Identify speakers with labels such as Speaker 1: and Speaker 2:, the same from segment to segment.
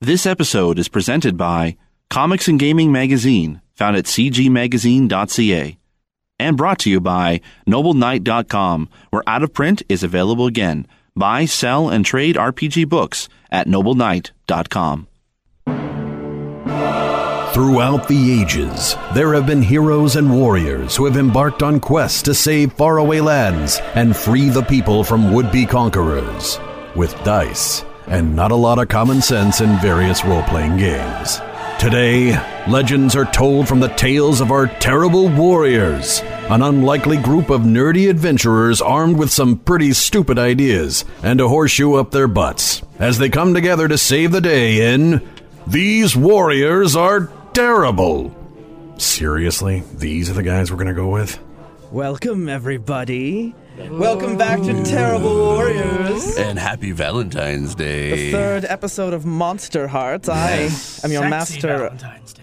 Speaker 1: This episode is presented by Comics and Gaming Magazine, found at cgmagazine.ca, and brought to you by NobleKnight.com, where out of print is available again. Buy, sell, and trade RPG books at NobleKnight.com.
Speaker 2: Throughout the ages, there have been heroes and warriors who have embarked on quests to save faraway lands and free the people from would be conquerors. With dice and not a lot of common sense in various role playing games. Today, legends are told from the tales of our terrible warriors, an unlikely group of nerdy adventurers armed with some pretty stupid ideas and a horseshoe up their butts, as they come together to save the day in These Warriors Are Terrible. Seriously, these are the guys we're gonna go with?
Speaker 3: Welcome, everybody. Welcome back to Terrible Warriors,
Speaker 4: And happy Valentine's Day.
Speaker 3: third episode of Monster Hearts. I am your
Speaker 5: Sexy
Speaker 3: master,
Speaker 5: Valentine's Day.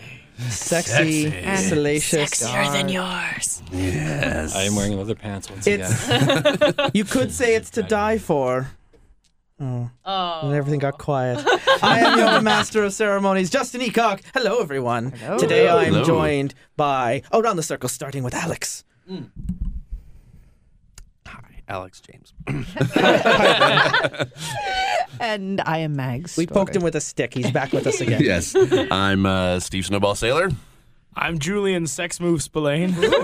Speaker 3: sexy,
Speaker 4: Sexy.
Speaker 3: salacious.
Speaker 6: Sexier than yours.
Speaker 4: Yes.
Speaker 7: I am wearing leather pants once
Speaker 3: It's-
Speaker 7: again.
Speaker 3: You could say it's to die for. Oh, and everything got quiet. I am your master of ceremonies, Justin Eacock. Hello, everyone. Today I am
Speaker 4: Hello.
Speaker 3: joined by oh, round the circle, starting with Alex.
Speaker 4: Alex James.
Speaker 6: And I am Mags.
Speaker 3: We poked him with a stick. He's back with us again.
Speaker 4: Yes. I'm uh, Steve Snowball Sailor.
Speaker 5: I'm Julian Sex Move Spillane.
Speaker 8: What?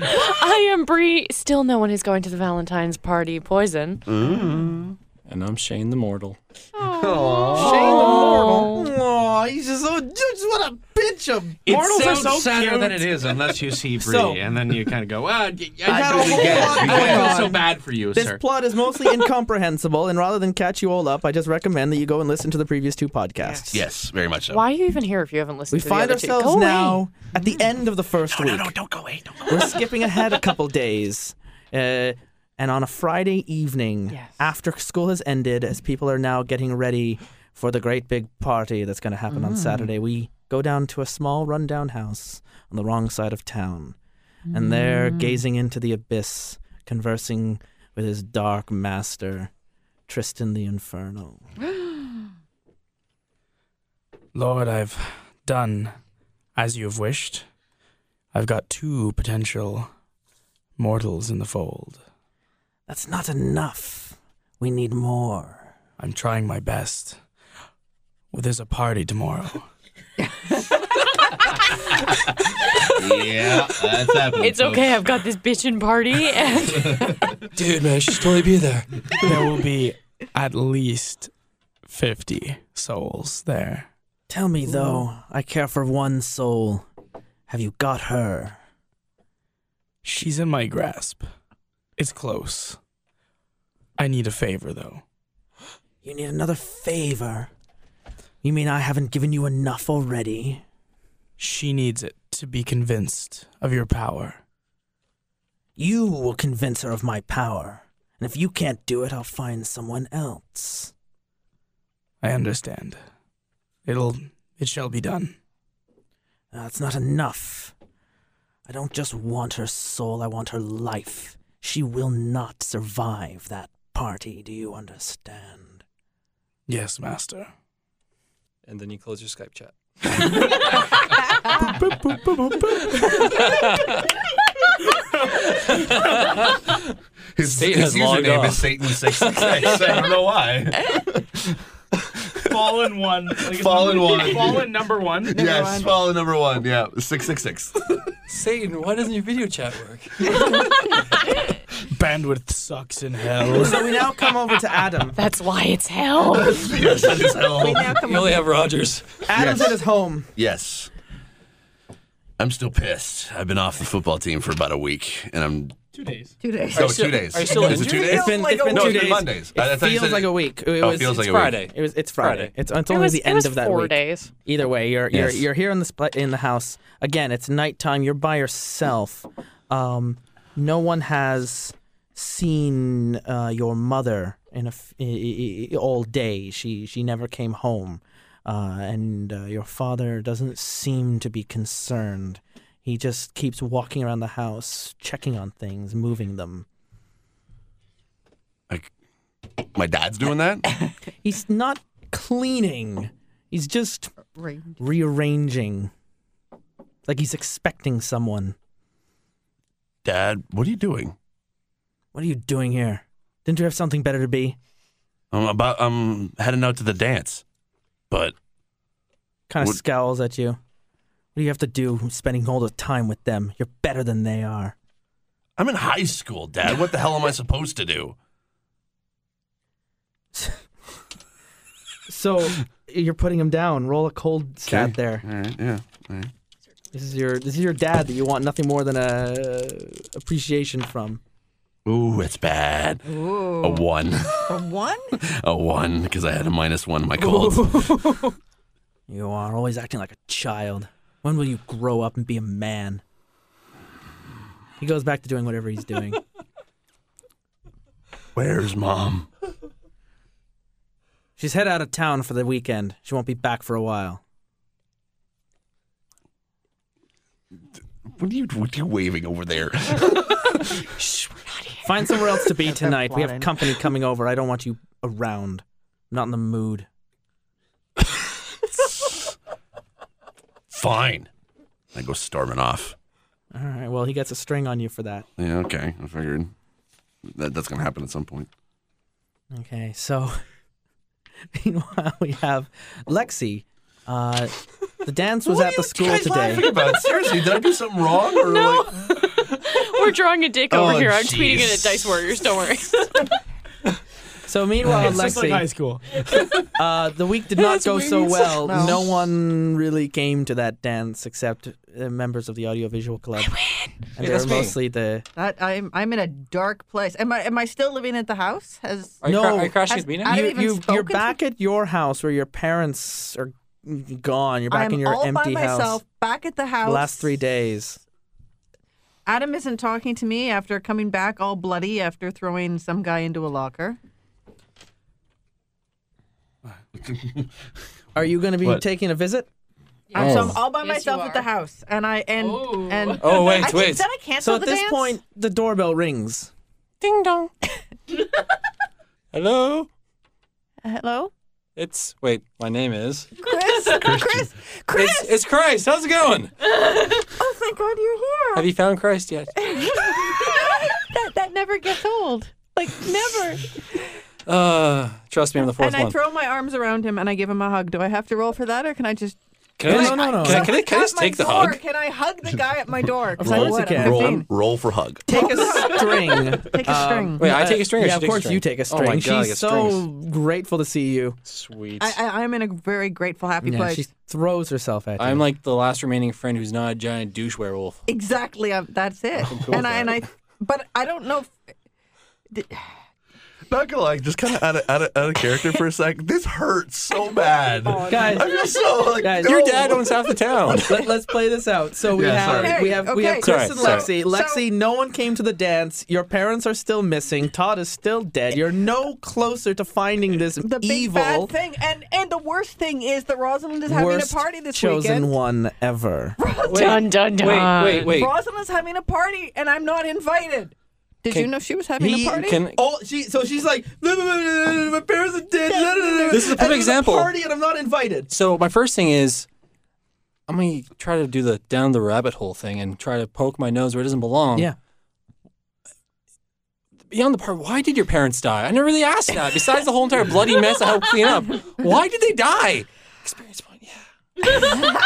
Speaker 8: I am Bree. Still, no one is going to the Valentine's party. Poison.
Speaker 3: Mm.
Speaker 7: and I'm Shane the Mortal.
Speaker 3: Shane the mortal. Aw, he's just so just what a bitch of mortals are so
Speaker 9: sadder
Speaker 3: cute.
Speaker 9: than it is unless you see Bree,
Speaker 3: So-
Speaker 9: and then you kind of go, "Ah, y-
Speaker 3: I
Speaker 9: I
Speaker 3: got a
Speaker 9: totally
Speaker 3: whole
Speaker 9: get
Speaker 3: lot
Speaker 9: it. We
Speaker 3: going
Speaker 9: feel
Speaker 3: on.
Speaker 9: so bad for you,
Speaker 3: This
Speaker 9: sir."
Speaker 3: plot is mostly incomprehensible, and rather than catch you all up, I just recommend that you go and listen to the previous two podcasts.
Speaker 4: Yes, very much so.
Speaker 8: Why are you even here if you haven't listened
Speaker 3: We
Speaker 8: to
Speaker 3: find
Speaker 8: the other two?
Speaker 3: ourselves
Speaker 8: Go away.
Speaker 3: now at the end of the first
Speaker 4: Mm. No,
Speaker 3: week.
Speaker 4: no, don't go away. Don't go away.
Speaker 3: We're skipping ahead a couple days. Uh, and on a Friday evening,
Speaker 8: Yes.
Speaker 3: after school has ended, as people are now getting ready for the great big party that's going to happen
Speaker 4: Mm.
Speaker 3: on Saturday, we go down to a small rundown house on the wrong side of town. And there,
Speaker 4: Mm.
Speaker 3: gazing into the abyss, conversing with his dark master, Tristan the Infernal.
Speaker 5: Lord, I've done as you have wished. I've got two potential mortals in the fold.
Speaker 3: That's not enough. We need more.
Speaker 5: I'm trying my best. Well, there's a party tomorrow.
Speaker 4: yeah, that's happening.
Speaker 8: It's okay. I've got this bitchin' party. And
Speaker 5: Dude, man, I should totally be there. there will be at least 50 souls there.
Speaker 3: Tell me, though, I care for one soul. Have you got her?
Speaker 5: She's in my grasp. It's close. I need a favor, though.
Speaker 3: You need another favor. You mean I haven't given you enough already?
Speaker 5: She needs it to be convinced of your power.
Speaker 3: You will convince her of my power. And if you can't do it, I'll find someone else.
Speaker 5: I understand. It'll it shall be done.
Speaker 3: That's not enough. I don't just want her soul, I want her life. She will not survive that party, do you understand?
Speaker 5: Yes, master.
Speaker 7: And then you close your Skype chat.
Speaker 4: His,
Speaker 7: Satan
Speaker 4: his
Speaker 7: has logged
Speaker 4: username is
Speaker 7: off.
Speaker 4: Satan Six Six Six. I don't know why.
Speaker 5: Fallen one.
Speaker 4: Fallen one.
Speaker 5: number one.
Speaker 4: yes, follow number one. Yeah, six six six.
Speaker 7: Satan, why doesn't your video chat work?
Speaker 5: Bandwidth sucks in hell.
Speaker 3: So we now come over to Adam.
Speaker 8: that's why it's hell.
Speaker 4: yes, that is hell.
Speaker 7: You only have Rogers.
Speaker 3: Adam's
Speaker 4: Yes.
Speaker 3: at his home.
Speaker 4: Yes. I'm still pissed. I've been off the football team for about a week, and I'm
Speaker 6: two days.
Speaker 4: no two days.
Speaker 7: are you still
Speaker 4: is it two
Speaker 7: injured?
Speaker 4: days?
Speaker 3: It's been, it's been
Speaker 4: No,
Speaker 3: two
Speaker 4: it's
Speaker 3: days.
Speaker 4: been Mondays.
Speaker 3: It
Speaker 4: I- I thought you
Speaker 3: feels
Speaker 4: said-
Speaker 3: like a week. It
Speaker 4: Oh,
Speaker 3: was,
Speaker 4: it feels like a week.
Speaker 7: Friday.
Speaker 3: It was. It's Friday.
Speaker 7: Friday.
Speaker 3: It's, it's
Speaker 8: It
Speaker 3: only
Speaker 8: was,
Speaker 3: the
Speaker 8: it
Speaker 3: end
Speaker 8: was
Speaker 3: of that
Speaker 8: four
Speaker 3: week.
Speaker 8: days.
Speaker 3: Either way, you're you're
Speaker 4: Yes.
Speaker 3: you're here in the spl- in the house again. It's nighttime. You're by yourself. Um, no one has seen uh, your mother in a f- i- i- i- all day. She she never came home, uh, and uh, your father doesn't seem to be concerned. He just keeps walking around the house, checking on things, moving them.
Speaker 4: Like, my dad's doing that.
Speaker 3: He's not cleaning. He's just rearranging. Like he's expecting someone.
Speaker 4: Dad, what are you doing?
Speaker 3: What are you doing here? Didn't you have something better to be?
Speaker 4: I'm about. I'm heading out to the dance, but
Speaker 3: Kind of
Speaker 4: What-
Speaker 3: scowls at you. What do you have to do spending all the time with them? You're better than they are.
Speaker 4: I'm in high school, Dad. What the hell am I supposed to do?
Speaker 3: So you're putting him down. Roll a cold stat
Speaker 4: Okay.
Speaker 3: there.
Speaker 4: All right, yeah. All right.
Speaker 3: This is your this is your dad that you want nothing more than a uh, appreciation from.
Speaker 4: Ooh, it's bad.
Speaker 6: Ooh.
Speaker 4: A one,
Speaker 6: A one?
Speaker 4: a one, because I had a minus one in my cold.
Speaker 3: You are always acting like a child. When will you grow up and be a man? He goes back to doing whatever he's doing.
Speaker 4: Where's mom?
Speaker 3: She's head out of town for the weekend. She won't be back for a while.
Speaker 4: What are you? What are you waving over there?
Speaker 3: Find somewhere else to be tonight. We have
Speaker 6: plotting.
Speaker 3: company coming over. I don't want you around. I'm not in the mood.
Speaker 4: Fine. I go storming off.
Speaker 3: All right. Well, he gets a string on you for that.
Speaker 4: Yeah, okay. I figured that that's gonna happen at some point.
Speaker 3: Okay, so meanwhile we have Lexi. Uh, the dance was at the school today.
Speaker 4: Think about it. Seriously, did I do something wrong? Or no. Like,
Speaker 8: We're drawing a dick over
Speaker 4: Oh,
Speaker 8: here. I'm
Speaker 4: jeez.
Speaker 8: tweeting it at Dice Warriors. Don't worry.
Speaker 3: So meanwhile,
Speaker 5: It's just like high
Speaker 3: Lexi,
Speaker 5: school.
Speaker 3: uh, the week did not go so well.
Speaker 6: No.
Speaker 3: No one really came to that dance except uh, members of the audiovisual club, and they
Speaker 7: that's
Speaker 3: were
Speaker 7: me.
Speaker 3: mostly the.
Speaker 6: That I'm I'm in a dark place. Am I am I still living at the house? Has
Speaker 7: Are you, cra-
Speaker 3: No,
Speaker 7: are you crashing
Speaker 6: has-
Speaker 7: with me now?
Speaker 6: I don't
Speaker 3: You,
Speaker 6: even
Speaker 3: you, you're
Speaker 6: spoken to-
Speaker 3: back at your house where your parents are gone. You're back
Speaker 6: I'm
Speaker 3: in your
Speaker 6: all
Speaker 3: empty
Speaker 6: by
Speaker 3: house.
Speaker 6: myself back at the
Speaker 3: The
Speaker 6: house.
Speaker 3: last three days.
Speaker 6: Adam isn't talking to me after coming back all bloody after throwing some guy into a locker.
Speaker 3: Are you going to be
Speaker 4: What?
Speaker 3: taking a visit?
Speaker 6: I'm, so I'm all by
Speaker 8: Yes, you
Speaker 6: myself at
Speaker 8: are.
Speaker 6: the house, and I and and
Speaker 7: Oh, wait,
Speaker 6: I can-
Speaker 7: wait.
Speaker 6: Did I cancel
Speaker 3: So at
Speaker 6: the
Speaker 3: this
Speaker 6: dance?
Speaker 3: point, the doorbell rings.
Speaker 8: Ding dong.
Speaker 7: Hello?
Speaker 6: Uh, hello,
Speaker 7: It's. Wait, my name is.
Speaker 6: Chris, Chris, Chris.
Speaker 7: It's, it's Christ. How's it going?
Speaker 6: Oh, thank God you're here.
Speaker 7: Have you found Christ yet?
Speaker 6: that that never gets old. Like never.
Speaker 7: Uh, trust me, I'm the fourth
Speaker 6: And I
Speaker 7: one.
Speaker 6: throw my arms around him and I give him a hug. Do I have to roll for that, or can I just?
Speaker 7: Can I
Speaker 3: No, no, no,
Speaker 7: Can
Speaker 3: no.
Speaker 7: I, can I, can I just
Speaker 6: At my
Speaker 7: take the
Speaker 6: door,
Speaker 7: hug?
Speaker 6: Can I hug the guy at my door? 'Cause I
Speaker 3: course you
Speaker 6: would, I'm
Speaker 3: can. Roll.
Speaker 6: 15.
Speaker 4: roll for hug.
Speaker 3: Take a string. Um,
Speaker 6: Take a string.
Speaker 7: Wait, I take a string. or
Speaker 3: yeah,
Speaker 7: she
Speaker 3: of
Speaker 7: takes a
Speaker 3: course
Speaker 7: string?
Speaker 3: you take a string.
Speaker 7: Oh my God, I
Speaker 3: she's
Speaker 7: get
Speaker 3: so
Speaker 7: strings.
Speaker 3: grateful to see you.
Speaker 7: sweet.
Speaker 6: I, I, I'm in a very grateful, happy
Speaker 3: Yeah,
Speaker 6: place.
Speaker 3: she throws herself at you.
Speaker 7: I'm like the last remaining friend who's not a giant douche werewolf.
Speaker 6: Exactly. i that's it.
Speaker 7: cool
Speaker 6: and
Speaker 7: with
Speaker 6: I and I,
Speaker 7: that.
Speaker 6: but I don't know. If,
Speaker 4: Not gonna lie, just kind of out of, out, of, out of character for a sec. This hurts so bad.
Speaker 3: Guys,
Speaker 4: I feel so like
Speaker 3: Oh, Guys,
Speaker 4: no.
Speaker 7: Your dad owns half the town.
Speaker 3: let, us play this out. So we
Speaker 9: Yeah,
Speaker 3: have
Speaker 6: sorry.
Speaker 3: we have we have
Speaker 6: Okay,
Speaker 3: Chris
Speaker 7: sorry,
Speaker 3: and
Speaker 7: sorry.
Speaker 3: Lexi. Lexi, no one came to the dance. Your parents are still missing. Todd is still dead. You're no closer to finding this
Speaker 6: the big
Speaker 3: evil
Speaker 6: bad thing, and and the worst thing is that Rosalind is having a
Speaker 3: worst
Speaker 6: party this
Speaker 3: chosen
Speaker 6: weekend.
Speaker 3: one ever.
Speaker 8: Dun dun dun.
Speaker 7: Wait, wait, wait.
Speaker 6: Rosalind's having a party, and I'm not invited. Did you know she was having
Speaker 7: He
Speaker 6: a party?
Speaker 7: can.
Speaker 3: Oh, she so she's like, "No, no, no, no, no, no, my parents are dead. No, no, no, no.
Speaker 7: This is a
Speaker 3: And
Speaker 7: perfect
Speaker 3: there's
Speaker 7: example.
Speaker 3: Party and I'm not invited.
Speaker 7: So my first thing is, I'm gonna try to do the down the rabbit hole thing and try to poke my nose where it doesn't belong.
Speaker 3: Yeah.
Speaker 7: Beyond the part, why did your parents die? I never really asked that. Besides the whole entire bloody mess I helped clean up, why did they die? Experience point. Yeah.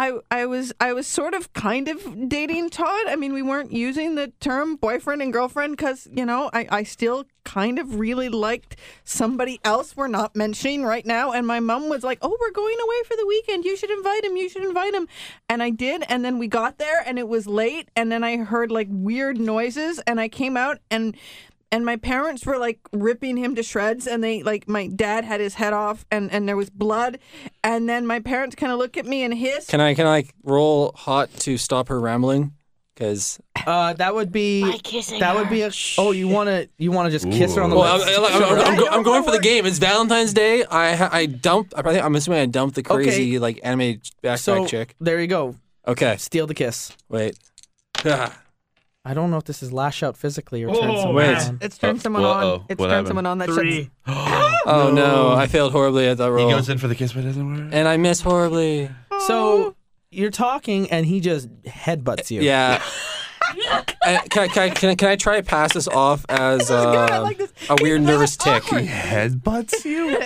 Speaker 6: I I was I was sort of kind of dating Todd. I mean, we weren't using the term boyfriend and girlfriend because you know I I still kind of really liked somebody else we're not mentioning right now. And my mom was like, "Oh, we're going away for the weekend. You should invite him. You should invite him." And I did. And then we got there, and it was late. And then I heard like weird noises, and I came out and. And my parents were like ripping him to shreds, and they like my dad had his head off, and and there was blood, and then my parents kind of looked at me and hissed,
Speaker 7: Can I can I roll hot to stop her rambling? Because
Speaker 3: Uh, that would be that would be a. Oh, you wanna you wanna just kiss her on the
Speaker 7: well,
Speaker 3: lips?
Speaker 7: I'm, I'm, I'm,
Speaker 6: I
Speaker 7: I'm, go-
Speaker 6: don't
Speaker 7: I'm going for the
Speaker 6: know.
Speaker 7: game. It's Valentine's Day. I ha- I dumped. I probably I'm assuming I dumped the crazy like anime backpack
Speaker 3: so
Speaker 7: chick.
Speaker 3: there you go.
Speaker 7: Okay,
Speaker 3: Steal the kiss.
Speaker 7: wait. Ah.
Speaker 3: I don't know if this is lash out physically or turn
Speaker 9: Oh,
Speaker 3: someone
Speaker 9: wait.
Speaker 3: on.
Speaker 6: It's turned
Speaker 4: Uh,
Speaker 6: someone
Speaker 4: uh-oh.
Speaker 6: on. It's
Speaker 4: What
Speaker 6: turned
Speaker 4: happened?
Speaker 6: someone on that
Speaker 9: Three.
Speaker 7: Oh no, I failed horribly at that roll,
Speaker 4: He goes in for the kiss, but it doesn't work.
Speaker 7: and I miss horribly.
Speaker 3: So you're talking and he just headbutts you.
Speaker 7: Yeah. Uh, can, I, can, I, can, I, can I try to pass this off as
Speaker 6: good. I
Speaker 7: uh,
Speaker 6: like this.
Speaker 7: a weird nervous tick?
Speaker 4: Headbutts you?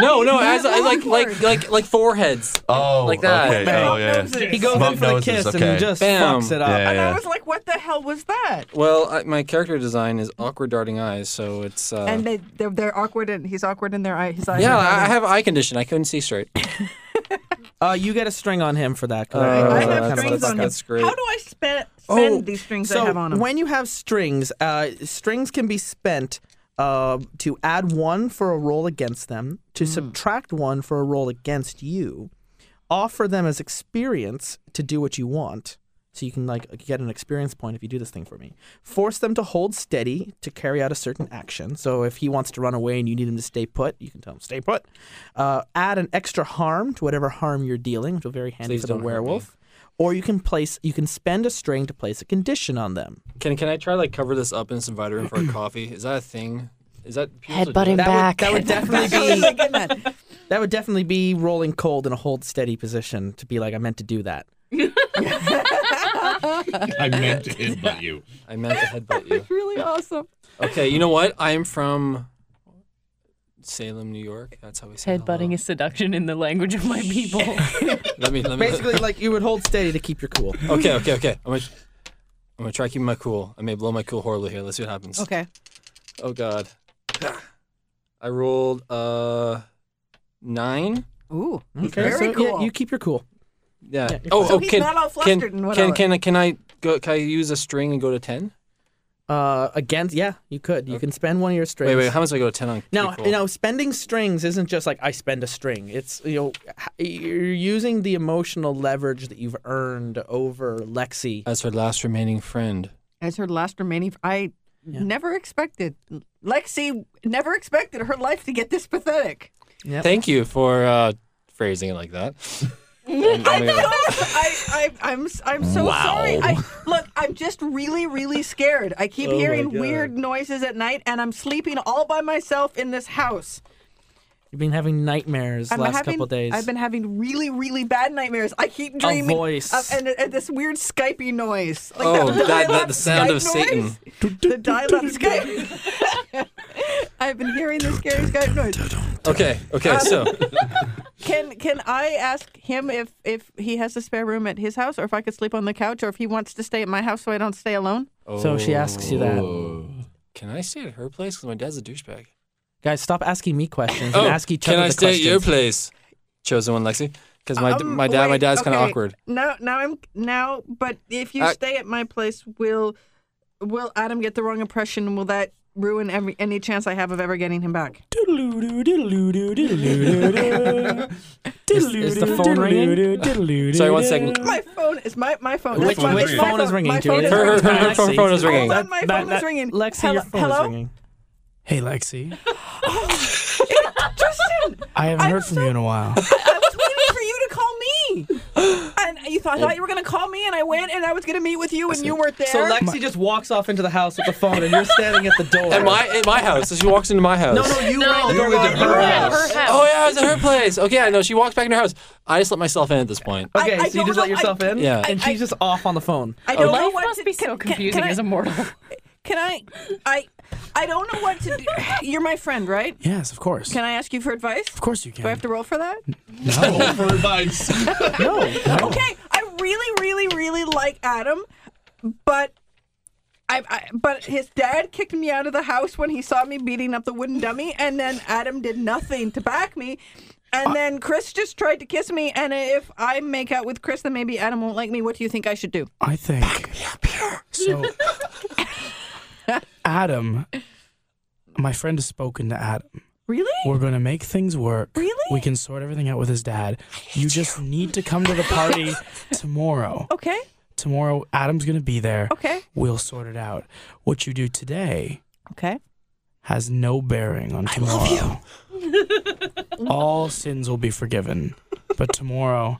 Speaker 7: No, no, as
Speaker 6: That
Speaker 7: like like
Speaker 6: awkward.
Speaker 7: like like foreheads.
Speaker 4: Oh,
Speaker 7: Like that.
Speaker 4: Okay.
Speaker 3: Bang.
Speaker 4: Oh, yeah.
Speaker 3: He goes
Speaker 4: Bump
Speaker 3: in for the
Speaker 4: noses,
Speaker 3: kiss
Speaker 4: okay.
Speaker 3: and just
Speaker 7: Bam.
Speaker 3: fucks it up.
Speaker 4: Yeah, yeah,
Speaker 6: And I
Speaker 4: yeah.
Speaker 6: was like, what the hell was that?
Speaker 7: Well, I, my character design is awkward darting eyes, so it's uh,
Speaker 6: And they they're, they're awkward and he's awkward in their eye. His eyes.
Speaker 7: yeah.
Speaker 6: are
Speaker 7: I, I
Speaker 6: darting.
Speaker 7: have eye condition. I couldn't see straight.
Speaker 3: Uh, you get a string on him for that. 'cause
Speaker 7: Uh,
Speaker 6: I
Speaker 3: that
Speaker 6: have
Speaker 3: kind of
Speaker 7: that's-
Speaker 6: strings
Speaker 3: fucked
Speaker 6: on him.
Speaker 3: up.
Speaker 7: that's great.
Speaker 6: How do I spend, spend
Speaker 3: Oh,
Speaker 6: these strings
Speaker 3: so
Speaker 6: I have on him?
Speaker 3: When you have strings, uh, strings can be spent uh, to add one for a roll against them, to
Speaker 6: Mm.
Speaker 3: subtract one for a roll against you, offer them as experience to do what you want. So you can like get an experience point if you do this thing for me. Force them to hold steady to carry out a certain action. So if he wants to run away and you need him to stay put, you can tell him stay put. Uh, add an extra harm to whatever harm you're dealing, which will very handy
Speaker 7: Please
Speaker 3: for the
Speaker 7: don't hurt me.
Speaker 3: werewolf. Or you can place you can spend a string to place a condition on them.
Speaker 7: Can can I try to like cover this up and just invite her in for a coffee? Is that a thing? Is that people do
Speaker 8: Headbutt him
Speaker 7: that?
Speaker 8: back.
Speaker 3: That would
Speaker 6: I was
Speaker 3: definitely be
Speaker 6: thinking that.
Speaker 3: that would definitely be rolling cold in a hold steady position to be like I meant to do that.
Speaker 4: I meant to headbutt you.
Speaker 7: I meant to headbutt you.
Speaker 6: really awesome.
Speaker 7: Okay, you know what? I'm from Salem, New York. That's how we say
Speaker 8: Headbutting is seduction in the language of my people.
Speaker 7: hello. Let me let me.
Speaker 3: Basically, like you would hold steady to keep your cool.
Speaker 7: Okay, okay, okay. I'm gonna I'm gonna try keeping my cool. I may blow my cool horribly here. Let's see what happens.
Speaker 6: Okay.
Speaker 7: Oh god. I rolled uh nine.
Speaker 6: Ooh.
Speaker 3: Okay,
Speaker 6: Very
Speaker 3: so,
Speaker 6: cool.
Speaker 3: Yeah, you keep your cool.
Speaker 7: Yeah.
Speaker 3: Yeah, you're
Speaker 7: oh,
Speaker 6: So
Speaker 7: oh,
Speaker 6: he's
Speaker 7: can,
Speaker 6: not all
Speaker 7: can,
Speaker 6: flustered and
Speaker 7: can
Speaker 6: whatever.
Speaker 7: can I can I go? Can I use a string and go to ten?
Speaker 3: Uh, against yeah, you could. You can spend one of your strings.
Speaker 7: Wait, wait. How much do I go to ten on?
Speaker 3: Now,
Speaker 7: cool?
Speaker 3: you know, spending strings isn't just like I spend a string. It's you know, h- you're using the emotional leverage that you've earned over Lexi.
Speaker 7: As her last remaining friend.
Speaker 6: As her last remaining, I never expected Lexi. Never expected her life to get this pathetic.
Speaker 3: Yep.
Speaker 7: Thank you for uh, phrasing it like that.
Speaker 6: I'm so, I, I, I'm, s- I'm so sorry. I, look, I'm just really, really scared. I keep hearing weird noises at night, and I'm sleeping all by myself in this house.
Speaker 3: You've been having nightmares
Speaker 6: I'm
Speaker 3: last
Speaker 6: having,
Speaker 3: couple days.
Speaker 6: I've been having really, really bad nightmares. I keep dreaming
Speaker 3: voice.
Speaker 6: of and, and this weird Skypey noise. Like
Speaker 7: Oh, that- that-
Speaker 6: dial-up
Speaker 7: the sound
Speaker 6: Skype
Speaker 7: of Satan.
Speaker 6: noise. the dial-up Skype. I've been hearing this scary Skype noise.
Speaker 7: Okay, okay. So
Speaker 6: Can can I ask him if if he has a spare room at his house, or if I could sleep on the couch, or if he wants to stay at my house so I don't stay alone?
Speaker 3: so she asks you that.
Speaker 7: Oh. Can I stay at her place? Because my dad's a douchebag.
Speaker 3: Guys, stop asking me questions and ask each
Speaker 7: Oh, can
Speaker 3: other
Speaker 7: I
Speaker 3: the
Speaker 7: stay
Speaker 3: questions.
Speaker 7: at your place? Chosen one, Lexi. Because my
Speaker 6: Um,
Speaker 7: my dad my
Speaker 6: wait,
Speaker 7: dad's kind of
Speaker 6: okay.
Speaker 7: awkward.
Speaker 6: No, now I'm now. But if you
Speaker 7: Uh,
Speaker 6: stay at my place, will will Adam get the wrong impression? Will that ruin every any chance I have of ever getting him back?
Speaker 3: Is, is the phone ringing?
Speaker 7: Sorry, one second.
Speaker 6: My phone is my my phone.
Speaker 3: Which,
Speaker 6: That's my-
Speaker 3: which
Speaker 6: it's my
Speaker 3: phone is ringing,
Speaker 6: My
Speaker 3: Julia?
Speaker 6: phone is
Speaker 7: Her- her-
Speaker 6: ringing.
Speaker 7: her- her phone- phone is ringing.
Speaker 6: Hold on, my phone is ringing.
Speaker 3: Lexi, your
Speaker 6: Hello-
Speaker 3: phone is
Speaker 6: hello?
Speaker 3: ringing.
Speaker 5: Hey, Lexi.
Speaker 6: Justin,
Speaker 5: I haven't
Speaker 6: I'm
Speaker 5: heard from
Speaker 6: so-
Speaker 5: you in a while.
Speaker 6: I was waiting for you to call me, and you thought, I thought you were gonna call me, and I went, and I was gonna meet with you, and you weren't there.
Speaker 3: So Lexi just walks off into the house with the phone, and you're standing at the door.
Speaker 7: At my at my house. So she walks into my house.
Speaker 3: No, no, you rang the
Speaker 8: you
Speaker 3: doorbell
Speaker 1: were
Speaker 3: at
Speaker 1: the
Speaker 3: her
Speaker 1: girl.
Speaker 3: house.
Speaker 8: her house.
Speaker 7: Oh yeah, it's at her place. Okay, I know. She walks back in her house. I just let myself in at this point.
Speaker 3: Okay,
Speaker 6: I- I
Speaker 3: so you
Speaker 6: don't
Speaker 3: just let
Speaker 6: know, I-
Speaker 3: yourself in,
Speaker 7: Yeah.
Speaker 3: and
Speaker 6: I-
Speaker 3: she's just off on the phone.
Speaker 6: I don't know
Speaker 8: Life
Speaker 6: what
Speaker 8: must
Speaker 6: to,
Speaker 8: be so
Speaker 6: can- can-
Speaker 8: confusing
Speaker 6: can I-
Speaker 8: as a mortal.
Speaker 6: Can I? I I don't know what to do. You're my friend, right?
Speaker 5: yes, of course.
Speaker 6: Can I ask you for advice?
Speaker 5: of course you can.
Speaker 6: Do I have to roll for that?
Speaker 4: For advice.
Speaker 6: Okay. I really, really, really like Adam, but. I, I, but his dad kicked me out of the house when he saw me beating up the wooden dummy, and then Adam did nothing to back me. And then Chris just tried to kiss me, and if I make out with Chris, then maybe Adam won't like me. What do you think I should do?
Speaker 5: I think. So, Adam, my friend has spoken to Adam.
Speaker 6: Really?
Speaker 5: We're gonna make things work.
Speaker 6: Really?
Speaker 5: We can sort everything out with his dad. You just need to come to the party tomorrow.
Speaker 6: Okay.
Speaker 5: Tomorrow, Adam's gonna be there.
Speaker 6: Okay.
Speaker 5: We'll sort it out. What you do today
Speaker 6: Okay.
Speaker 5: has no bearing on tomorrow. all sins will be forgiven, but tomorrow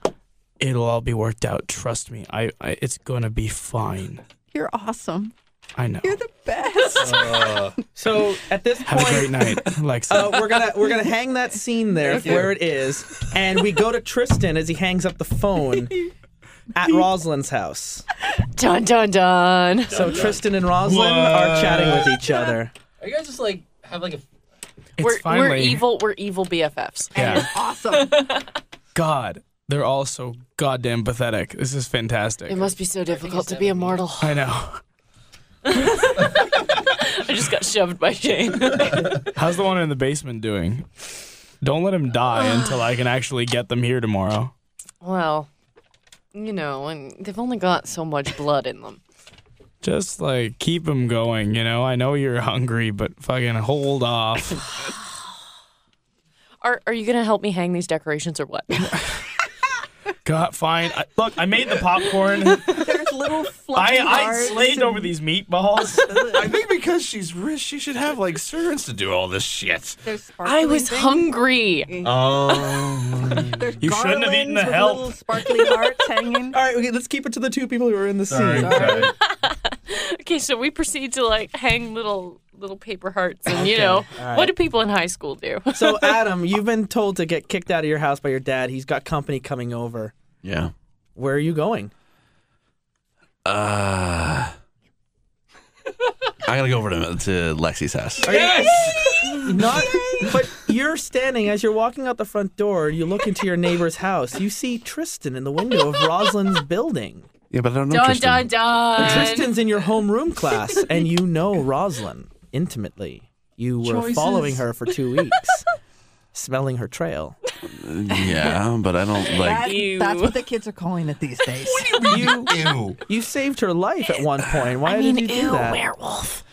Speaker 5: it'll all be worked out. Trust me. I, I it's gonna be fine.
Speaker 6: You're awesome.
Speaker 5: I know.
Speaker 6: You're the best.
Speaker 7: Uh,
Speaker 3: So at this
Speaker 5: Have a great
Speaker 3: point,
Speaker 5: night, Lexa.
Speaker 6: Oh,
Speaker 3: uh, we're gonna we're gonna hang that scene there where it is, and we go to Tristan as he hangs up the phone at Rosalind's house.
Speaker 8: Dun dun dun.
Speaker 3: So Tristan and Rosalind are chatting with each other.
Speaker 7: Are you guys just like have like a
Speaker 5: it's
Speaker 8: we're,
Speaker 5: finally
Speaker 8: we're evil. We're evil BFFs.
Speaker 5: Yeah.
Speaker 6: awesome.
Speaker 5: God, they're all so goddamn pathetic. This is fantastic.
Speaker 8: It must be so difficult to be immortal.
Speaker 5: I know.
Speaker 8: I just got shoved by Jane.
Speaker 5: How's the one in the basement doing? Don't let him die until I can actually get them here tomorrow.
Speaker 8: well, you know, and they've only got so much blood in them.
Speaker 5: Just like keep him going, you know. I know you're hungry, but fucking hold off.
Speaker 8: Are Are you gonna help me hang these decorations or what?
Speaker 5: God, fine. I, look, I made the popcorn.
Speaker 6: There's little fluffy
Speaker 5: I I
Speaker 6: hearts
Speaker 5: slaved
Speaker 6: and-
Speaker 5: over these meatballs.
Speaker 4: I think because she's rich, she should have like servants to do all this shit.
Speaker 6: There's
Speaker 8: I was
Speaker 6: sparkling
Speaker 8: hungry.
Speaker 4: Oh,
Speaker 6: things. There's
Speaker 5: You shouldn't have eaten the
Speaker 6: garlands with
Speaker 5: help.
Speaker 6: Little sparkly hearts hanging.
Speaker 3: All right, okay, let's keep it to the two people who are in the
Speaker 9: Sorry.
Speaker 3: scene.
Speaker 9: Sorry.
Speaker 8: Okay, so we proceed to like hang little little paper hearts, and you know, what do people in high school do?
Speaker 3: So Adam, you've been told to get kicked out of your house by your dad. He's got company coming over.
Speaker 4: yeah.
Speaker 3: Where are you going?
Speaker 4: Uh, I'm gonna go over to, to Lexi's house.
Speaker 3: Not, but you're standing as you're walking out the front door. You look into your neighbor's house. You see Tristan in the window of Rosalind's building.
Speaker 4: Yeah, but I don't know.
Speaker 8: dun
Speaker 4: Tristan.
Speaker 8: dun dun.
Speaker 3: Tristan's in your homeroom class, and you know Rosalind intimately. You were following her for two weeks, smelling her trail.
Speaker 4: Yeah, but I don't like.
Speaker 6: That- that's what the kids are calling it these days.
Speaker 3: You
Speaker 4: Ew.
Speaker 3: you saved her life at one point. Why
Speaker 8: I mean,
Speaker 3: did you do
Speaker 8: ew,
Speaker 3: that?
Speaker 8: werewolf.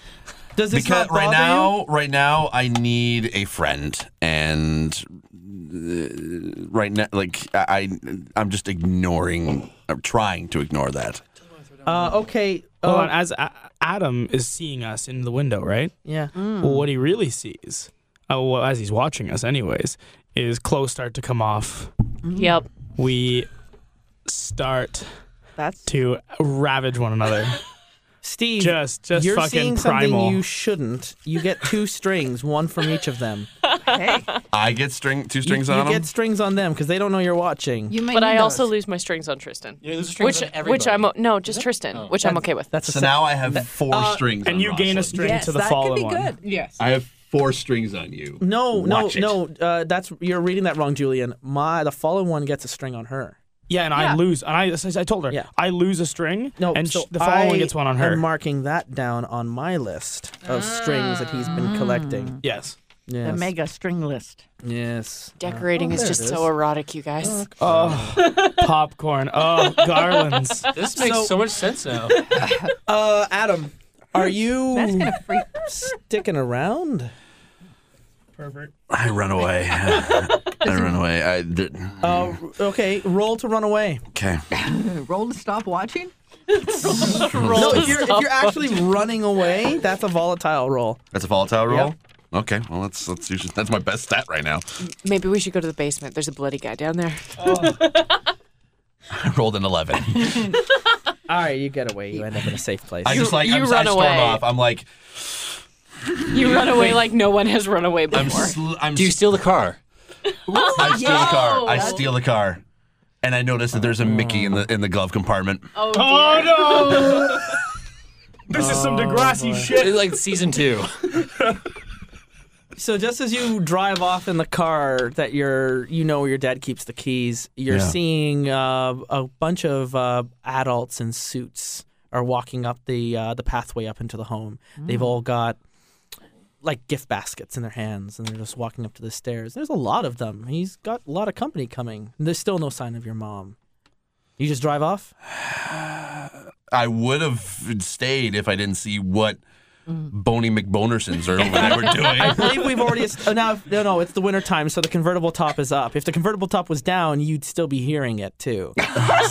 Speaker 3: Does this
Speaker 4: Because
Speaker 3: not
Speaker 4: right
Speaker 3: bother
Speaker 4: now,
Speaker 3: you?
Speaker 4: right now, I need a friend, and uh, right now, like I, I- I'm just ignoring. I'm trying to ignore that.
Speaker 3: Uh, okay.
Speaker 5: Hold
Speaker 3: uh,
Speaker 5: on, as A- Adam is seeing us in the window, right?
Speaker 3: yeah.
Speaker 5: Well, what he really sees, uh, well, as he's watching us, anyways, is clothes start to come off.
Speaker 8: Yep.
Speaker 5: We start
Speaker 6: That's
Speaker 5: to ravage one another.
Speaker 3: Steve,
Speaker 5: Just- just
Speaker 3: you're
Speaker 5: fucking
Speaker 3: seeing
Speaker 5: primal.
Speaker 3: something you shouldn't. You get two strings, one from each of them.
Speaker 6: hey.
Speaker 4: I get string two strings
Speaker 3: you, you
Speaker 4: on
Speaker 3: get
Speaker 4: him.
Speaker 3: strings on them because they don't know you're watching.
Speaker 6: You may
Speaker 8: But
Speaker 6: need
Speaker 8: I also
Speaker 6: those.
Speaker 8: lose my strings on Tristan.
Speaker 7: you lose
Speaker 8: Which,
Speaker 7: strings on everybody. Oh.
Speaker 8: which I'm o- no, just Tristan, which I'm okay with.
Speaker 3: That's a
Speaker 4: so
Speaker 3: se-
Speaker 4: now I have four strings.
Speaker 5: uh, and
Speaker 4: on
Speaker 5: you gain a
Speaker 4: Rosalind.
Speaker 5: string
Speaker 6: yes,
Speaker 5: to the
Speaker 6: that could
Speaker 5: fallen
Speaker 6: be
Speaker 5: one.
Speaker 6: good.
Speaker 7: yes.
Speaker 4: I have four strings on you.
Speaker 3: no, no,
Speaker 4: Watch it.
Speaker 3: no. Uh, that's you're reading that wrong, Julian. My the fallen one gets a string on her.
Speaker 5: Yeah, and I lose. And I, so I told her,
Speaker 3: Yeah.
Speaker 5: I lose a string,
Speaker 3: No,
Speaker 5: and
Speaker 3: so
Speaker 5: sh- the following
Speaker 3: I
Speaker 5: gets one on her.
Speaker 3: am marking that down on my list of strings that he's been collecting.
Speaker 5: yes.
Speaker 3: Yes.
Speaker 6: The mega string list.
Speaker 3: yes.
Speaker 8: Decorating
Speaker 7: Oh,
Speaker 8: is
Speaker 3: there
Speaker 8: just
Speaker 3: it
Speaker 8: so
Speaker 3: is.
Speaker 8: erotic, you guys.
Speaker 5: Oh, popcorn. Oh, garlands.
Speaker 7: This makes
Speaker 3: So-
Speaker 7: so, much sense now.
Speaker 3: Uh, Adam, are
Speaker 6: That's
Speaker 3: you
Speaker 6: gonna freak.
Speaker 3: sticking around?
Speaker 4: I run away. I run away. I did.
Speaker 3: Uh, okay, roll to run away.
Speaker 4: Okay.
Speaker 6: Roll to stop watching.
Speaker 3: No, if you're, if you're actually running away, that's a volatile roll.
Speaker 4: That's a volatile roll. Okay. Well, that's that's usually that's my best stat right now.
Speaker 8: Maybe we should go to the basement. There's a bloody guy down there.
Speaker 4: I rolled an eleven.
Speaker 3: All right, you get away. You end up in a safe place.
Speaker 4: I just like
Speaker 8: you
Speaker 4: I'm, I
Speaker 8: run
Speaker 4: storm
Speaker 8: away.
Speaker 4: off. I'm like
Speaker 8: You run away like no one has run away
Speaker 4: I'm
Speaker 8: before.
Speaker 4: sl- I'm
Speaker 7: Do you
Speaker 4: s-
Speaker 7: steal the car?
Speaker 4: I steal the car. I
Speaker 8: No.
Speaker 4: steal the car. And I notice that there's a Mickey in the in the glove compartment.
Speaker 8: oh,
Speaker 5: Oh,
Speaker 8: dear.
Speaker 5: no. this is some Degrassi shit.
Speaker 7: It's like season two.
Speaker 3: So just as you drive off in the car that you're, you know, your dad keeps the keys. You're
Speaker 4: Yeah.
Speaker 3: seeing uh, a bunch of uh, adults in suits are walking up the uh, the pathway up into the home. They've all got like gift baskets in their hands, and they're just walking up to the stairs. There's a lot of them. He's got a lot of company coming. There's still no sign of your mom. You just drive off.
Speaker 4: I would have stayed if I didn't see what
Speaker 3: Mm.
Speaker 4: Boney McBonersons are over there were doing.
Speaker 3: I believe we've already. est- Oh, now, no, no, it's the winter time, so the convertible top is up. If the convertible top was down, you'd still be hearing it too.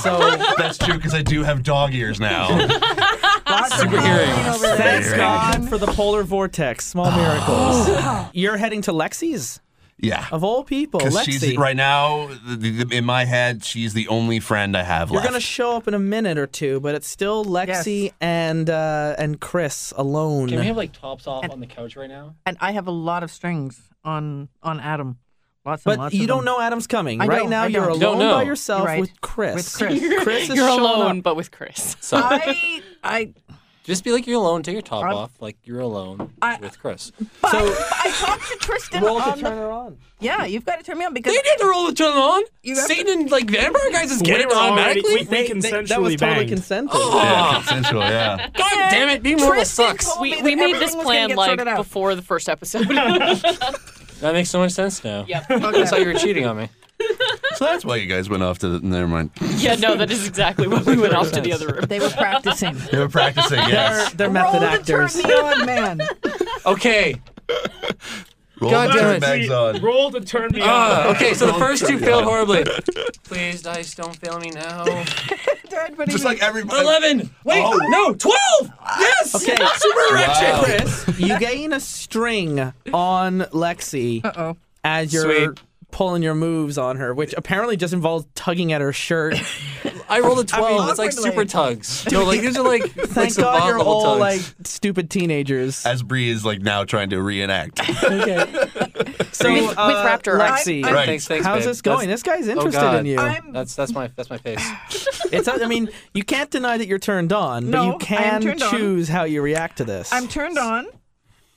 Speaker 3: So
Speaker 4: That's true because I do have dog ears now.
Speaker 6: Super hearing. Oh.
Speaker 3: thanks
Speaker 4: Hearing.
Speaker 3: God for the polar vortex. Small miracles. You're heading to Lexi's.
Speaker 4: Yeah.
Speaker 3: of all people.
Speaker 4: Because
Speaker 3: Oh, Let's
Speaker 4: she's
Speaker 3: see.
Speaker 4: right now the, the, in my head, she's the only friend I have
Speaker 3: You're
Speaker 4: left.
Speaker 3: gonna show up in a minute or two, but it's still Lexi and uh, and Chris alone.
Speaker 9: Can we have like tops off on the couch right now?
Speaker 6: And I have a lot of strings on on Adam. Lots and
Speaker 3: but
Speaker 6: lots
Speaker 3: you
Speaker 6: of
Speaker 3: don't
Speaker 6: them.
Speaker 3: know Adam's coming.
Speaker 6: I
Speaker 3: right
Speaker 6: don't-
Speaker 3: now,
Speaker 6: I
Speaker 3: you're
Speaker 6: don't.
Speaker 3: alone
Speaker 7: Don't know.
Speaker 3: by yourself
Speaker 6: You're right.
Speaker 3: with Chris.
Speaker 6: With Chris.
Speaker 3: Chris is
Speaker 8: You're
Speaker 3: showing
Speaker 8: alone,
Speaker 3: up.
Speaker 8: but with Chris.
Speaker 7: So
Speaker 6: I I
Speaker 7: just be like you're alone. Take your top
Speaker 6: I'm-
Speaker 7: off. Like you're alone
Speaker 6: Um, I-
Speaker 7: with Chris.
Speaker 6: but
Speaker 3: So-
Speaker 6: I talked to Tristan
Speaker 3: Roll to
Speaker 6: on
Speaker 3: turn
Speaker 6: the,
Speaker 3: her on.
Speaker 6: Yeah, you've got to turn me on
Speaker 7: They
Speaker 6: because
Speaker 7: didn't have to roll the turn on.
Speaker 6: You have
Speaker 7: Satan and like vampire guys just get
Speaker 5: We
Speaker 7: it
Speaker 5: were already-
Speaker 7: automatically.
Speaker 5: we-
Speaker 3: They- they- that was totally
Speaker 5: consensually banged.
Speaker 3: consented.
Speaker 4: Yeah,
Speaker 7: Oh,
Speaker 4: consensual, yeah.
Speaker 7: God damn it! Being mortal
Speaker 6: Tristan
Speaker 7: sucks.
Speaker 6: told me
Speaker 8: We,
Speaker 6: that
Speaker 8: we made
Speaker 6: everything
Speaker 8: this
Speaker 6: was gonna
Speaker 8: plan
Speaker 6: get
Speaker 8: like
Speaker 6: sorted out.
Speaker 8: before the first episode.
Speaker 7: That makes so much sense now.
Speaker 8: Yep.
Speaker 7: That's how you were cheating on me.
Speaker 4: So that's why you guys went off to the. Never mind.
Speaker 8: yeah, no, that is exactly when we went off to the other room.
Speaker 6: they were practicing.
Speaker 4: They were practicing,
Speaker 3: They're,
Speaker 4: yes.
Speaker 3: they're method
Speaker 6: Roll
Speaker 3: actors.
Speaker 6: to turn me on, man.
Speaker 7: Okay.
Speaker 4: Roll
Speaker 7: God
Speaker 4: the
Speaker 7: damn
Speaker 4: turn
Speaker 7: it.
Speaker 4: bags on.
Speaker 5: Roll to turn me
Speaker 7: Uh, okay. So the first two failed horribly. Please, dice, don't fail me now.
Speaker 6: Dad, what do you
Speaker 4: Just like everybody.
Speaker 7: Eleven. Wait,
Speaker 4: Oh.
Speaker 7: no, twelve. Yes.
Speaker 3: Okay.
Speaker 7: Super erection.
Speaker 4: Wow.
Speaker 3: Chris, you gain a string on Lexi
Speaker 6: Uh-oh.
Speaker 3: as you're
Speaker 7: Sweet.
Speaker 3: pulling your moves on her, which apparently just involves tugging at her shirt.
Speaker 7: I rolled a twelve. it's like
Speaker 6: awkwardly.
Speaker 7: super tugs. No, like these are like like
Speaker 3: Thank God you're
Speaker 7: level
Speaker 3: all
Speaker 7: tugs.
Speaker 3: like stupid teenagers.
Speaker 4: As Bree is like now trying to reenact.
Speaker 3: okay. So uh,
Speaker 8: With- with Raptor eyes.
Speaker 3: Lexi,
Speaker 4: Right.
Speaker 7: Thanks, thanks,
Speaker 3: how's
Speaker 7: babe.
Speaker 3: this going?
Speaker 7: That's, oh,
Speaker 3: this guy's interested in
Speaker 7: God.
Speaker 3: you.
Speaker 6: I'm
Speaker 7: that's that's my that's my face.
Speaker 3: It's. I mean, you can't deny that you're turned on, but
Speaker 6: No,
Speaker 3: you
Speaker 6: I
Speaker 3: can
Speaker 6: am turned on.
Speaker 3: choose how you react to this.
Speaker 6: I'm turned on.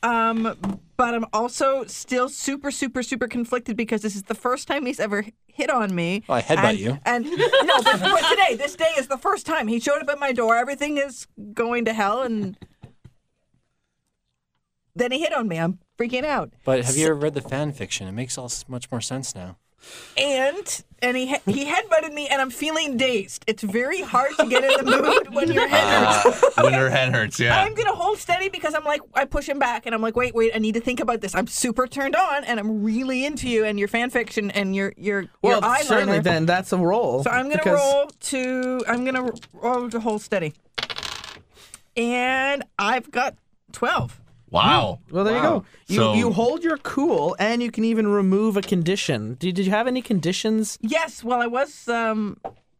Speaker 6: Um, but I'm also still super, super, super conflicted because this is the first time he's ever hit on me.
Speaker 7: Well, Oh, I headbutt
Speaker 6: and,
Speaker 7: you.
Speaker 6: And no, but, but today, this day is the first time he showed up at my door. Everything is going to hell, and then he hit on me. I'm freaking out.
Speaker 7: But have you ever read the fan fiction? It makes all s- much more sense now.
Speaker 6: And and he he- he headbutted me, and I'm feeling dazed. It's very hard to get in the mood when your head hurts.
Speaker 7: Ah.
Speaker 4: when her head hurts, yeah.
Speaker 6: I'm gonna hold steady because I'm like I push him back and I'm like wait wait I need to think about this I'm super turned on and I'm really into you and your fan fiction and your your
Speaker 3: well,
Speaker 6: your eyeliner.
Speaker 3: certainly, then that's a roll.
Speaker 6: so I'm gonna
Speaker 3: because
Speaker 6: roll to I'm gonna r- roll to hold steady and I've got twelve
Speaker 4: Wow.
Speaker 3: Well, there you go. You,
Speaker 4: So-
Speaker 3: you hold your cool, and you can even remove a condition. Did, did you have any conditions?
Speaker 6: yes well I was um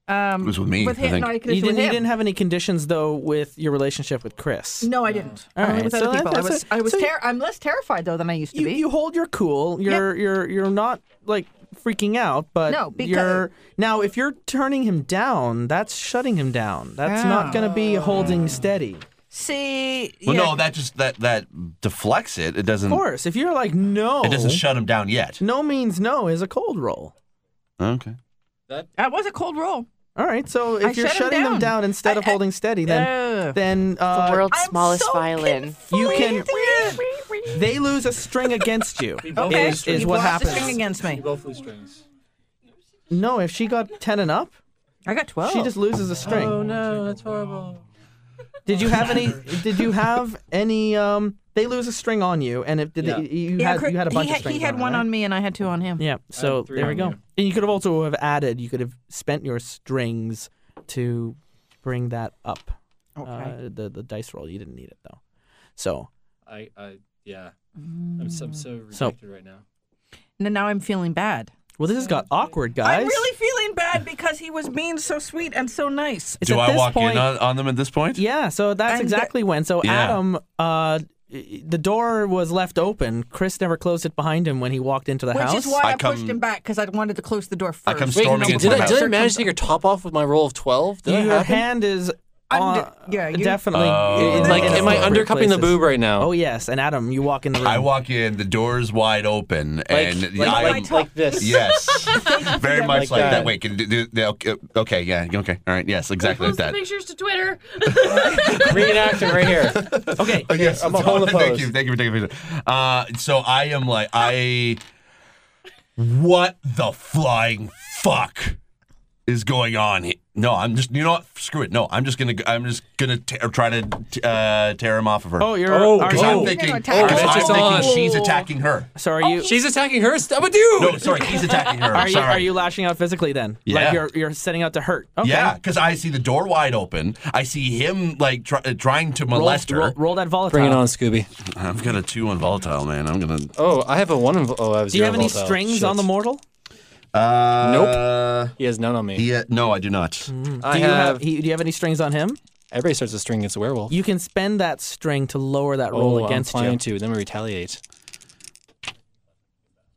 Speaker 6: um
Speaker 4: It was with me,
Speaker 6: with
Speaker 4: I
Speaker 6: him
Speaker 4: think.
Speaker 6: no I could
Speaker 3: You
Speaker 6: with
Speaker 3: didn't. You
Speaker 6: him.
Speaker 3: didn't have any conditions though with your relationship with Chris.
Speaker 6: no I didn't
Speaker 3: All
Speaker 6: Only
Speaker 3: right,
Speaker 6: with
Speaker 3: so
Speaker 6: other
Speaker 3: that-
Speaker 6: people I
Speaker 3: that's
Speaker 6: was
Speaker 3: it.
Speaker 6: I was
Speaker 3: So you-
Speaker 6: ter- I'm less terrified though than I used to
Speaker 3: You,
Speaker 6: be
Speaker 3: you hold your cool. You're you're you're not like freaking out, but
Speaker 6: No, because-
Speaker 3: you're now if you're turning him down, that's shutting him down. That's not going to be holding steady.
Speaker 6: see
Speaker 4: Well,
Speaker 6: yeah.
Speaker 4: no, that just that that deflects it. It doesn't.
Speaker 3: Of course, if you're like no,
Speaker 4: Hmm. It doesn't shut him down yet.
Speaker 3: no means no is a cold roll.
Speaker 4: Okay.
Speaker 6: that was a cold roll
Speaker 3: All right, so if
Speaker 6: I
Speaker 3: you're
Speaker 6: shut him
Speaker 3: shutting them
Speaker 6: down.
Speaker 3: down instead of
Speaker 6: I- I-
Speaker 3: holding steady, then
Speaker 6: Ugh.
Speaker 3: then uh,
Speaker 8: the world's
Speaker 6: I'm
Speaker 8: smallest
Speaker 6: so
Speaker 8: violin.
Speaker 3: You can-
Speaker 6: conflicted.
Speaker 3: they lose a string against you.
Speaker 6: Okay,
Speaker 3: is, is
Speaker 6: you've
Speaker 3: what
Speaker 6: lost
Speaker 3: happens.
Speaker 6: a string against me.
Speaker 5: both loose strings.
Speaker 3: No, if she got ten and up,
Speaker 6: I got twelve.
Speaker 3: she just loses a string.
Speaker 7: no, that's horrible.
Speaker 3: Did you have any? Did you have any? Um, they lose a string on you, and if did
Speaker 5: Yeah.
Speaker 3: they, you
Speaker 6: Yeah,
Speaker 3: had
Speaker 6: Cr-
Speaker 3: you had a
Speaker 6: he
Speaker 3: bunch of
Speaker 6: had-
Speaker 3: strings.
Speaker 6: He had
Speaker 3: on
Speaker 6: one
Speaker 3: it, right?
Speaker 6: on me, and I had two on him.
Speaker 3: Yeah. So
Speaker 5: three
Speaker 3: there we
Speaker 5: on
Speaker 3: go.
Speaker 5: you.
Speaker 3: And you could have also have added. You could have spent your strings to bring that up.
Speaker 6: Oh, Okay.
Speaker 3: Uh, the the dice roll. You didn't need it though. So
Speaker 5: I, I, yeah. I'm so, I'm so
Speaker 3: So-
Speaker 5: rejected right now.
Speaker 6: And now I'm feeling bad.
Speaker 3: well, this has got awkward, guys.
Speaker 6: I'm really feeling bad because he was being so sweet and so nice.
Speaker 3: It's
Speaker 4: Do
Speaker 3: at
Speaker 4: I
Speaker 3: this
Speaker 4: walk
Speaker 3: point-
Speaker 4: in on, on them at this point?
Speaker 3: Yeah, so that's
Speaker 6: And
Speaker 3: exactly when. So
Speaker 4: Yeah.
Speaker 3: Adam, uh, the door was left open. Chris never closed it behind him when he walked into the
Speaker 6: Which
Speaker 3: house.
Speaker 6: is why
Speaker 4: I
Speaker 6: I,
Speaker 4: come-
Speaker 6: pushed him back because I wanted to close the door first.
Speaker 4: I come
Speaker 7: Wait,
Speaker 4: storming
Speaker 7: did,
Speaker 4: into the
Speaker 7: did I,
Speaker 4: house.
Speaker 7: did I manage to take your top off with my roll of twelve? Did
Speaker 3: Your
Speaker 7: that happen?
Speaker 3: hand is
Speaker 6: Under-
Speaker 3: on,
Speaker 6: yeah, you-
Speaker 3: definitely.
Speaker 4: Oh.
Speaker 3: in-
Speaker 7: like,
Speaker 3: in
Speaker 7: am I
Speaker 3: appropriate
Speaker 7: undercupping the
Speaker 3: places.
Speaker 7: boob right now?
Speaker 3: Oh yes, and Adam, you walk in the room.
Speaker 4: I walk in, the door's wide open,
Speaker 7: like,
Speaker 4: and
Speaker 7: like,
Speaker 4: I am-
Speaker 7: like, like this.
Speaker 4: yes, very much
Speaker 7: Like
Speaker 4: like that.
Speaker 7: that.
Speaker 4: Wait, can do, do, do- okay, uh, okay, yeah, okay, all right, yes, exactly like
Speaker 8: Post the
Speaker 4: that.
Speaker 8: pictures to Twitter.
Speaker 7: Reenacting right here.
Speaker 3: okay,
Speaker 4: Oh, yes,
Speaker 7: I'm a whole
Speaker 4: thank
Speaker 7: pose.
Speaker 4: you, thank you for taking a picture. Uh, so I am like, I, what the flying fuck is going on? he- No, I'm just you know what? Screw it. No, I'm just gonna I'm just gonna t- try to t- uh, tear him off of her.
Speaker 3: Oh, you're.
Speaker 7: Oh,
Speaker 3: are
Speaker 4: because
Speaker 7: oh.
Speaker 4: I'm
Speaker 3: you-
Speaker 4: thinking,
Speaker 6: You're gonna attack
Speaker 4: 'cause
Speaker 7: her.
Speaker 4: I'm
Speaker 7: It's
Speaker 4: thinking
Speaker 7: on.
Speaker 4: she's attacking her.
Speaker 3: so
Speaker 6: Oh.
Speaker 3: are you?
Speaker 7: She's attacking her. St- I'm a dude.
Speaker 4: No, sorry, he's attacking her.
Speaker 3: Are you,
Speaker 4: sorry.
Speaker 3: are you lashing out physically then?
Speaker 4: Yeah.
Speaker 3: Like you're you're setting out to hurt. Okay.
Speaker 4: Yeah, because I see the door wide open. I see him like try, uh, trying to
Speaker 3: Roll,
Speaker 4: molest her.
Speaker 3: roll, roll that volatile.
Speaker 7: Bring it on, Scooby.
Speaker 4: I've got a two on volatile, man. I'm gonna.
Speaker 7: Oh, I have a one. Inv- oh, I was.
Speaker 3: Do you have any strings on the mortal?
Speaker 4: Uh,
Speaker 7: Nope. Mm. He has none on me.
Speaker 4: Yeah, no, I do not.
Speaker 7: I
Speaker 3: Do you
Speaker 7: have.
Speaker 3: have, he, do you have any strings on him?
Speaker 7: Everybody starts a string. It's a werewolf.
Speaker 3: You can spend that string to lower that roll
Speaker 7: oh,
Speaker 3: against
Speaker 7: I'm
Speaker 3: you.
Speaker 7: planning to. Then we retaliate.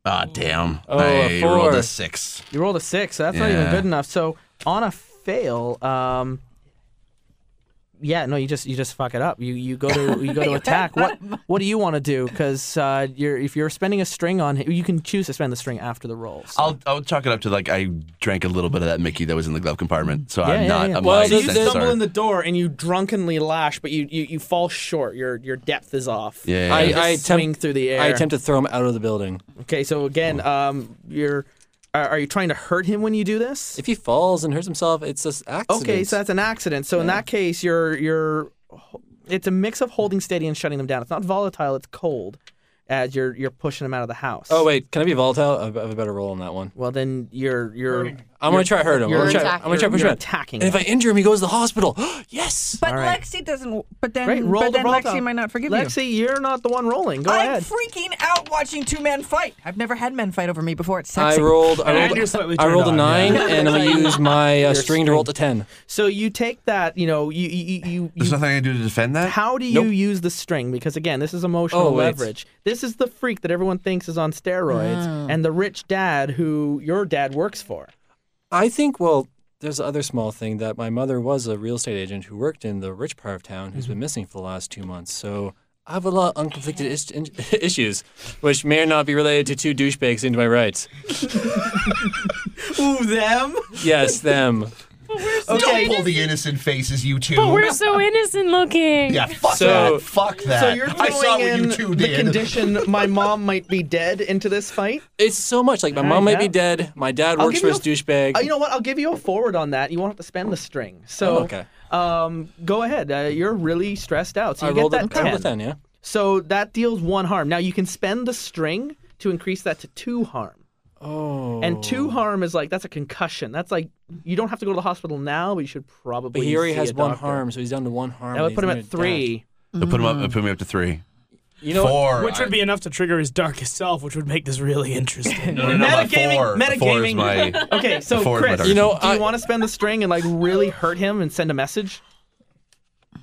Speaker 4: Ah, damn.
Speaker 7: Oh,
Speaker 4: I
Speaker 7: a
Speaker 4: rolled
Speaker 7: four.
Speaker 4: a six.
Speaker 3: You rolled a six. so that's not even
Speaker 4: Yeah.
Speaker 3: good enough. So on a fail, um, yeah, no, you just you just fuck it up. You you go to you go to attack. What what do you want to do? Because uh, you're if you're spending a string on, him, you can choose to spend the string after the roll. So.
Speaker 4: I'll I'll chalk it up to like I drank a little bit of that Mickey that was in the glove compartment, so
Speaker 3: Yeah,
Speaker 4: I'm
Speaker 3: yeah,
Speaker 4: not.
Speaker 3: yeah.
Speaker 4: I'm
Speaker 7: Well,
Speaker 4: not
Speaker 3: so you
Speaker 7: Since
Speaker 4: sensor.
Speaker 3: stumble in the door and you drunkenly lash, but you, you, you fall short. Your your depth is off.
Speaker 4: Yeah, yeah,
Speaker 7: I,
Speaker 4: yeah.
Speaker 7: I
Speaker 3: Just swing
Speaker 7: attempt.
Speaker 3: through the air.
Speaker 7: I attempt to throw him out of the building.
Speaker 3: Okay, so again,
Speaker 4: Oh.
Speaker 3: um, you're are, are you trying to hurt him when you do this?
Speaker 7: If he falls and hurts himself, it's just accident.
Speaker 3: Okay, so that's an accident. So in that case, you're you're it's a mix of holding steady and shutting them down. It's not volatile. It's cold, as you're you're pushing them out of the house.
Speaker 7: Oh wait, can I be volatile? I have I have a better roll on that one.
Speaker 3: Well, then you're you're
Speaker 7: I'm gonna try hurt him. I'm
Speaker 3: you're
Speaker 7: gonna try.
Speaker 8: attack-
Speaker 7: I'm gonna try
Speaker 3: you're,
Speaker 7: push
Speaker 3: you're
Speaker 7: him. out.
Speaker 3: attacking.
Speaker 7: And if I
Speaker 3: them.
Speaker 7: injure him, he goes to the hospital. yes.
Speaker 3: All
Speaker 6: But
Speaker 3: right.
Speaker 6: Lexi doesn't. But then,
Speaker 3: Great, roll
Speaker 6: but
Speaker 3: the
Speaker 6: then
Speaker 3: volatile.
Speaker 6: Lexi might not forgive you.
Speaker 3: Lexi, you're not the one rolling. Go
Speaker 6: I'm
Speaker 3: ahead.
Speaker 6: freaking out watching two men fight. I've never had men fight over me before. It's
Speaker 7: I
Speaker 6: sexy.
Speaker 7: rolled. I
Speaker 9: you're
Speaker 7: rolled.
Speaker 9: slightly
Speaker 7: I rolled a
Speaker 9: turned on,
Speaker 7: nine, and I'm gonna use my uh, string to roll to ten.
Speaker 3: so you take that. You know, you you you. you
Speaker 4: There's nothing I can do to defend that.
Speaker 3: how do you use the string? Because again, this is emotional
Speaker 7: Oh, wait.
Speaker 3: leverage. This is the freak that everyone thinks is on steroids,
Speaker 6: Oh.
Speaker 3: and the rich dad who your dad works for.
Speaker 7: I think, well, there's another small thing that my mother was a real estate agent who worked in the rich part of town
Speaker 3: Mm-hmm.
Speaker 7: who's been missing for the last two months. So I have a lot of unconflicted is- in- issues, which may or not be related to two douchebags into my rights.
Speaker 3: Ooh, them.
Speaker 7: Yes, them.
Speaker 4: Don't pull the innocent faces, you two.
Speaker 8: But we're so innocent looking.
Speaker 4: yeah, fuck
Speaker 7: So-
Speaker 4: that. Fuck that.
Speaker 3: So you're
Speaker 4: I saw
Speaker 3: throwing
Speaker 4: what
Speaker 3: in
Speaker 4: you two
Speaker 3: the
Speaker 4: did.
Speaker 3: condition my mom might be dead into this fight.
Speaker 7: It's so much like my mom might be
Speaker 3: yeah.
Speaker 7: dead, my dad
Speaker 3: I'll
Speaker 7: works
Speaker 3: give
Speaker 7: for
Speaker 3: you
Speaker 7: his
Speaker 3: a-
Speaker 7: douchebag.
Speaker 3: Uh, you know what? I'll give you a forward on that. You won't have to spend the string. So
Speaker 7: Oh, okay.
Speaker 3: um, go ahead. Uh, you're really stressed out. So
Speaker 7: I
Speaker 3: you
Speaker 7: rolled
Speaker 3: get
Speaker 7: a,
Speaker 3: that
Speaker 7: I rolled a
Speaker 3: 10.
Speaker 7: 10, yeah.
Speaker 3: So that deals one harm. Now you can spend the string to increase that to two harm.
Speaker 7: Oh.
Speaker 3: And two harm is like that's a concussion. That's like you don't have to go to the hospital now, but you should probably.
Speaker 7: But he already
Speaker 3: see
Speaker 7: has
Speaker 3: a
Speaker 7: one
Speaker 3: doctor.
Speaker 7: harm, so he's down to one harm.
Speaker 3: That
Speaker 7: and
Speaker 3: would
Speaker 7: he's
Speaker 3: put him
Speaker 7: near
Speaker 3: at three.
Speaker 4: They'll put him up. Put me up to three.
Speaker 7: death. You know what?
Speaker 10: Ah.
Speaker 4: Four.
Speaker 5: Which would be enough to trigger his darkest self, which would make this really interesting.
Speaker 4: No, no, no, my
Speaker 3: Metagaming-
Speaker 4: Four. The Four is
Speaker 3: metagaming.
Speaker 4: my.
Speaker 3: Okay, so
Speaker 4: Forward
Speaker 3: Chris,
Speaker 4: letter.
Speaker 7: You know,
Speaker 3: do you
Speaker 7: I-
Speaker 3: want to spend the string and like really hurt him and send a message?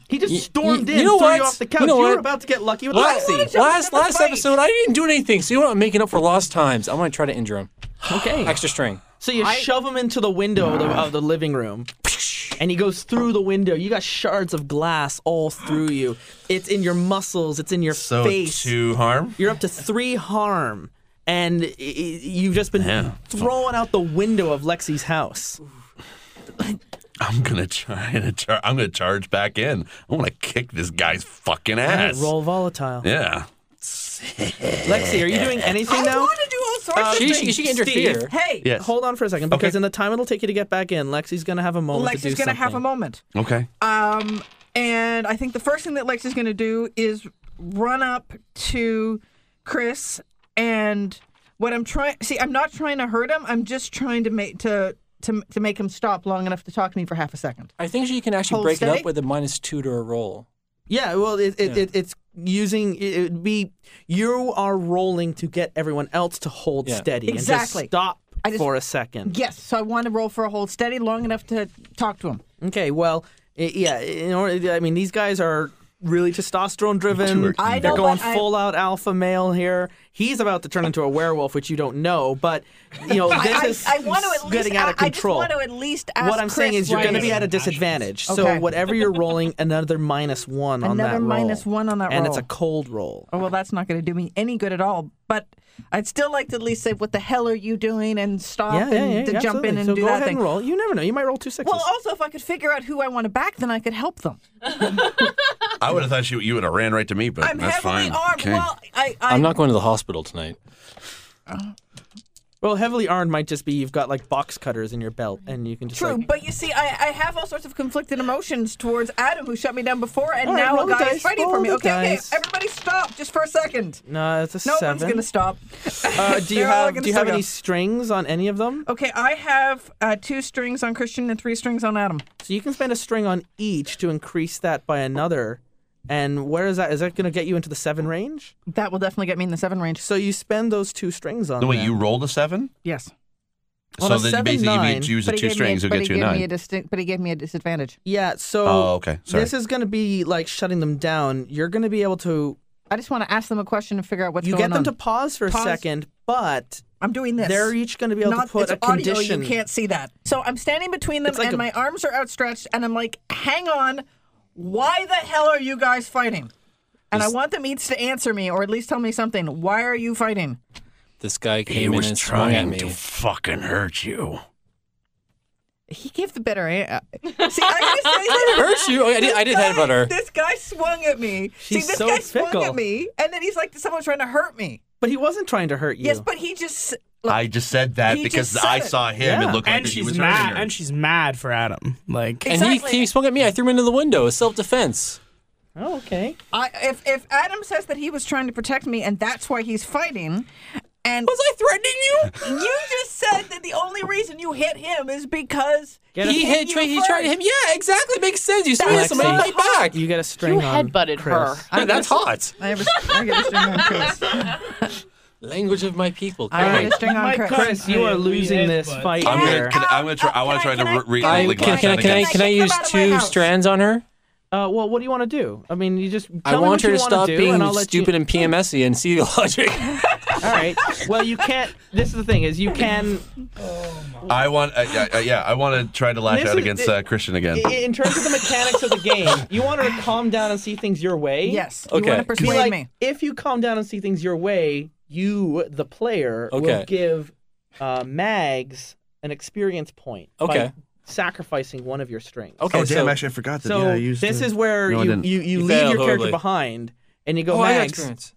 Speaker 3: He just
Speaker 7: Y-
Speaker 3: stormed
Speaker 7: y-
Speaker 3: in,
Speaker 7: you know
Speaker 3: threw
Speaker 7: what?
Speaker 3: you off the couch.
Speaker 7: You
Speaker 3: You,
Speaker 7: know
Speaker 3: were
Speaker 7: what?
Speaker 3: about to get lucky with
Speaker 7: Last,
Speaker 3: Lexi.
Speaker 7: last, last episode, I didn't do anything, so you know what? I'm making up for lost times. I'm going to try to injure him.
Speaker 3: Okay,
Speaker 7: Extra string.
Speaker 3: so you shove him into the window of the, of the living room, and he goes through the window. You got shards of glass all through you. It's in your muscles. It's in your
Speaker 4: So
Speaker 3: face.
Speaker 4: two harm.
Speaker 3: You're up to three harm, and i- i- you've just been thrown out the window of Lexi's house.
Speaker 4: I'm gonna try to. Char- I'm gonna charge back in. I want to kick this guy's fucking ass.
Speaker 3: Roll volatile.
Speaker 4: Yeah.
Speaker 3: Lexi, are you doing anything
Speaker 6: I
Speaker 3: now?
Speaker 6: want to do all sorts
Speaker 3: Uh, Um,
Speaker 6: of
Speaker 7: She,
Speaker 6: things.
Speaker 7: she, she can interfere.
Speaker 6: hey,
Speaker 4: Yes.
Speaker 3: Hold on for a second, because in the time it'll take you to get back in, Lexi's gonna have a moment to do
Speaker 6: Lexi's gonna have a
Speaker 3: something.
Speaker 6: moment.
Speaker 4: Okay.
Speaker 6: Um, and I think the first thing that Lexi's gonna do is run up to Chris and what I'm trying. See, I'm not trying to hurt him. I'm just trying to make to to to make him stop long enough to talk to me for half a second.
Speaker 7: I think she can actually
Speaker 6: Hold
Speaker 7: break it
Speaker 6: steady.
Speaker 7: up with a minus two to a roll.
Speaker 3: Yeah, well, it, it, It, it's using it, it'd be you are rolling to get everyone else to hold
Speaker 7: Yeah.
Speaker 3: steady
Speaker 6: Exactly.
Speaker 3: and just stop
Speaker 6: I just-
Speaker 3: for a second.
Speaker 6: Yes, so I want to roll for a hold steady long enough to talk to him.
Speaker 3: Okay, well, i yeah, in order, I mean, these guys are really testosterone driven.
Speaker 6: I
Speaker 3: They're
Speaker 6: know,
Speaker 3: going
Speaker 6: but I-
Speaker 3: full out alpha male here. He's about to turn into a werewolf, which you don't know, but you know this
Speaker 6: I,
Speaker 3: is
Speaker 6: I, I want to at least
Speaker 3: getting out of
Speaker 6: I-
Speaker 3: control.
Speaker 6: I just want to at least ask
Speaker 3: what I'm saying
Speaker 6: Chris
Speaker 3: is you're
Speaker 6: why
Speaker 3: going to
Speaker 6: he's-
Speaker 3: be at a disadvantage. So
Speaker 6: Okay.
Speaker 3: whatever you're rolling, another minus one on that
Speaker 6: Another
Speaker 3: roll.
Speaker 6: minus one on that
Speaker 3: and it's
Speaker 6: roll.
Speaker 3: a cold roll.
Speaker 6: Oh, well, that's not going to do me any good at all. But I'd still like to at least say, "What the hell are you doing?" and stop
Speaker 3: Yeah, yeah,
Speaker 6: and
Speaker 3: yeah.
Speaker 6: to
Speaker 3: yeah,
Speaker 6: jump in
Speaker 3: absolutely.
Speaker 6: and
Speaker 3: so
Speaker 6: do
Speaker 3: go
Speaker 6: that
Speaker 3: ahead
Speaker 6: thing.
Speaker 3: and roll. You never know. You might roll two sixes.
Speaker 6: Well, oh. also, if I could figure out who I want to back, then I could help them.
Speaker 4: I would have thought you you would have ran right to me, but
Speaker 6: I'm
Speaker 4: that's
Speaker 6: heavily
Speaker 4: fine.
Speaker 6: armed.
Speaker 4: Okay.
Speaker 6: Well, I, I,
Speaker 7: I'm not going to the hospital tonight.
Speaker 3: Well, heavily armed might just be you've got like box cutters in your belt, and you can just
Speaker 6: True,
Speaker 3: like,
Speaker 6: but you see, I, I have all sorts of conflicted emotions towards Adam, who shut me down before, and
Speaker 3: All right,
Speaker 6: now
Speaker 3: roll
Speaker 6: a
Speaker 3: the
Speaker 6: guy is
Speaker 3: dice,
Speaker 6: fighting for
Speaker 3: roll
Speaker 6: me.
Speaker 3: the
Speaker 6: Okay,
Speaker 3: dice.
Speaker 6: okay, everybody stop just for a second.
Speaker 3: no, it's a
Speaker 6: No
Speaker 3: seven.
Speaker 6: one's gonna stop.
Speaker 3: Uh, do you
Speaker 6: They're all
Speaker 3: have
Speaker 6: gonna
Speaker 3: do you have
Speaker 6: suck
Speaker 3: any
Speaker 6: up. Oh.
Speaker 3: strings on any of them?
Speaker 6: Okay, I have uh, two strings on Christian and three strings on Adam.
Speaker 3: So you can spend a string on each to increase that by another. And where is that? Is that going to get you into the seven range?
Speaker 6: That will definitely get me in the seven range.
Speaker 3: So you spend those two strings on.
Speaker 4: No, wait,
Speaker 3: them.
Speaker 4: you rolled a seven?
Speaker 6: Yes,
Speaker 3: On a
Speaker 4: so then
Speaker 3: seven,
Speaker 4: basically,
Speaker 3: nine,
Speaker 4: if you use the two strings, it'll get you a nine.
Speaker 6: but he gave me a disadvantage.
Speaker 3: Yeah. So
Speaker 4: Oh, okay. Sorry.
Speaker 3: this is going to be like shutting them down. You're going to be able to.
Speaker 6: I just want to ask them a question and figure out what's
Speaker 3: you get them to pause for
Speaker 6: Pause.
Speaker 3: a second, but
Speaker 6: I'm doing this.
Speaker 3: they're each going to be able
Speaker 6: Not-
Speaker 3: to put
Speaker 6: it's
Speaker 3: a
Speaker 6: audio,
Speaker 3: condition.
Speaker 6: You can't see that. So I'm standing between them,
Speaker 3: It's like
Speaker 6: and
Speaker 3: a-
Speaker 6: my arms are outstretched, and I'm like, "Hang on, why the hell are you guys fighting?" And I want them each to answer me, or at least tell me something. Why are you fighting?
Speaker 7: This guy came in and swung at me.
Speaker 4: fucking hurt you.
Speaker 6: He gave the better uh, answer. See, I gotta say that.
Speaker 7: Hurt you? Oh, yeah, I did, I did
Speaker 6: guy,
Speaker 7: headbutt her.
Speaker 6: This guy swung at me.
Speaker 3: She's
Speaker 6: See, this
Speaker 3: so
Speaker 6: guy swung
Speaker 3: fickle.
Speaker 6: at me, and then he's like, "Someone's trying to hurt me."
Speaker 3: But he wasn't trying to hurt you.
Speaker 6: Yes, but he just
Speaker 4: I just said that
Speaker 6: He
Speaker 4: because
Speaker 6: just said
Speaker 4: I
Speaker 6: it.
Speaker 4: saw him.
Speaker 3: Yeah.
Speaker 4: It looked like
Speaker 5: And
Speaker 4: he
Speaker 5: she's
Speaker 4: was hurting
Speaker 5: mad.
Speaker 4: her.
Speaker 5: And she's mad for Adam. Like,
Speaker 7: And he,
Speaker 6: Exactly.
Speaker 7: he swung at me. I threw him into the window. It's self defense.
Speaker 3: Oh, okay.
Speaker 6: I, if if Adam says that he was trying to protect me and that's why he's fighting, and
Speaker 7: Was I threatening
Speaker 6: you just said that the only reason you hit him is because
Speaker 3: Get
Speaker 7: you?
Speaker 3: a-
Speaker 7: He hit.
Speaker 6: you
Speaker 7: Tra- he tried to
Speaker 6: first.
Speaker 7: hit. Yeah, exactly. Makes sense. You swing at somebody,
Speaker 3: Alexi.
Speaker 7: fight back.
Speaker 3: You get a string.
Speaker 8: You
Speaker 3: on
Speaker 8: headbutted
Speaker 3: Chris.
Speaker 8: her.
Speaker 7: That's hot.
Speaker 6: I have a, I have a string on Chris.
Speaker 7: Language of my people.
Speaker 6: I have
Speaker 7: Great.
Speaker 6: a string on Chris.
Speaker 3: Chris, you are
Speaker 9: Hey, we
Speaker 3: losing
Speaker 9: hit,
Speaker 3: this
Speaker 9: but-
Speaker 3: fight
Speaker 4: I'm
Speaker 3: here.
Speaker 4: gonna, can, I- I'm gonna try. I want to try
Speaker 6: Can I-
Speaker 4: to re-
Speaker 6: can I-
Speaker 4: read
Speaker 7: I,
Speaker 4: like
Speaker 7: can,
Speaker 4: last
Speaker 7: can, I,
Speaker 4: time
Speaker 7: can, I,
Speaker 4: again.
Speaker 7: can I
Speaker 6: Kick them
Speaker 7: use
Speaker 6: out of my
Speaker 7: two
Speaker 6: house.
Speaker 7: strands on her?
Speaker 3: Uh, well, what do you want to do? I mean, you just. Tell
Speaker 7: I
Speaker 3: me what
Speaker 7: want her
Speaker 3: you
Speaker 7: to
Speaker 3: wanna
Speaker 7: stop
Speaker 3: do,
Speaker 7: being
Speaker 3: and I'll let
Speaker 7: stupid
Speaker 3: You...
Speaker 7: and PMSy and see the logic.
Speaker 3: All right. Well, you can't. This is the thing: is you can.
Speaker 4: I want. Uh, yeah, uh, yeah, I want to try to lash
Speaker 3: This
Speaker 4: out
Speaker 3: is-
Speaker 4: against uh, Christian again.
Speaker 3: i- In terms of the mechanics of the game, you want her to calm down and see things your way.
Speaker 6: Yes. You
Speaker 7: Okay.
Speaker 6: want to
Speaker 3: Be
Speaker 6: persuade
Speaker 3: like,
Speaker 6: me?
Speaker 3: if you calm down and see things your way, you, the player,
Speaker 7: Okay.
Speaker 3: will give uh, Mags an experience point. by
Speaker 7: Okay.
Speaker 3: sacrificing one of your strings.
Speaker 7: Okay, so
Speaker 4: Oh, I forgot
Speaker 3: So this is where
Speaker 4: No, I
Speaker 3: you,
Speaker 4: didn't.
Speaker 3: you, you
Speaker 7: You
Speaker 3: leave
Speaker 7: failed
Speaker 3: your character
Speaker 7: horribly.
Speaker 3: behind and you go,
Speaker 7: oh, I got
Speaker 3: Mags.
Speaker 7: experience.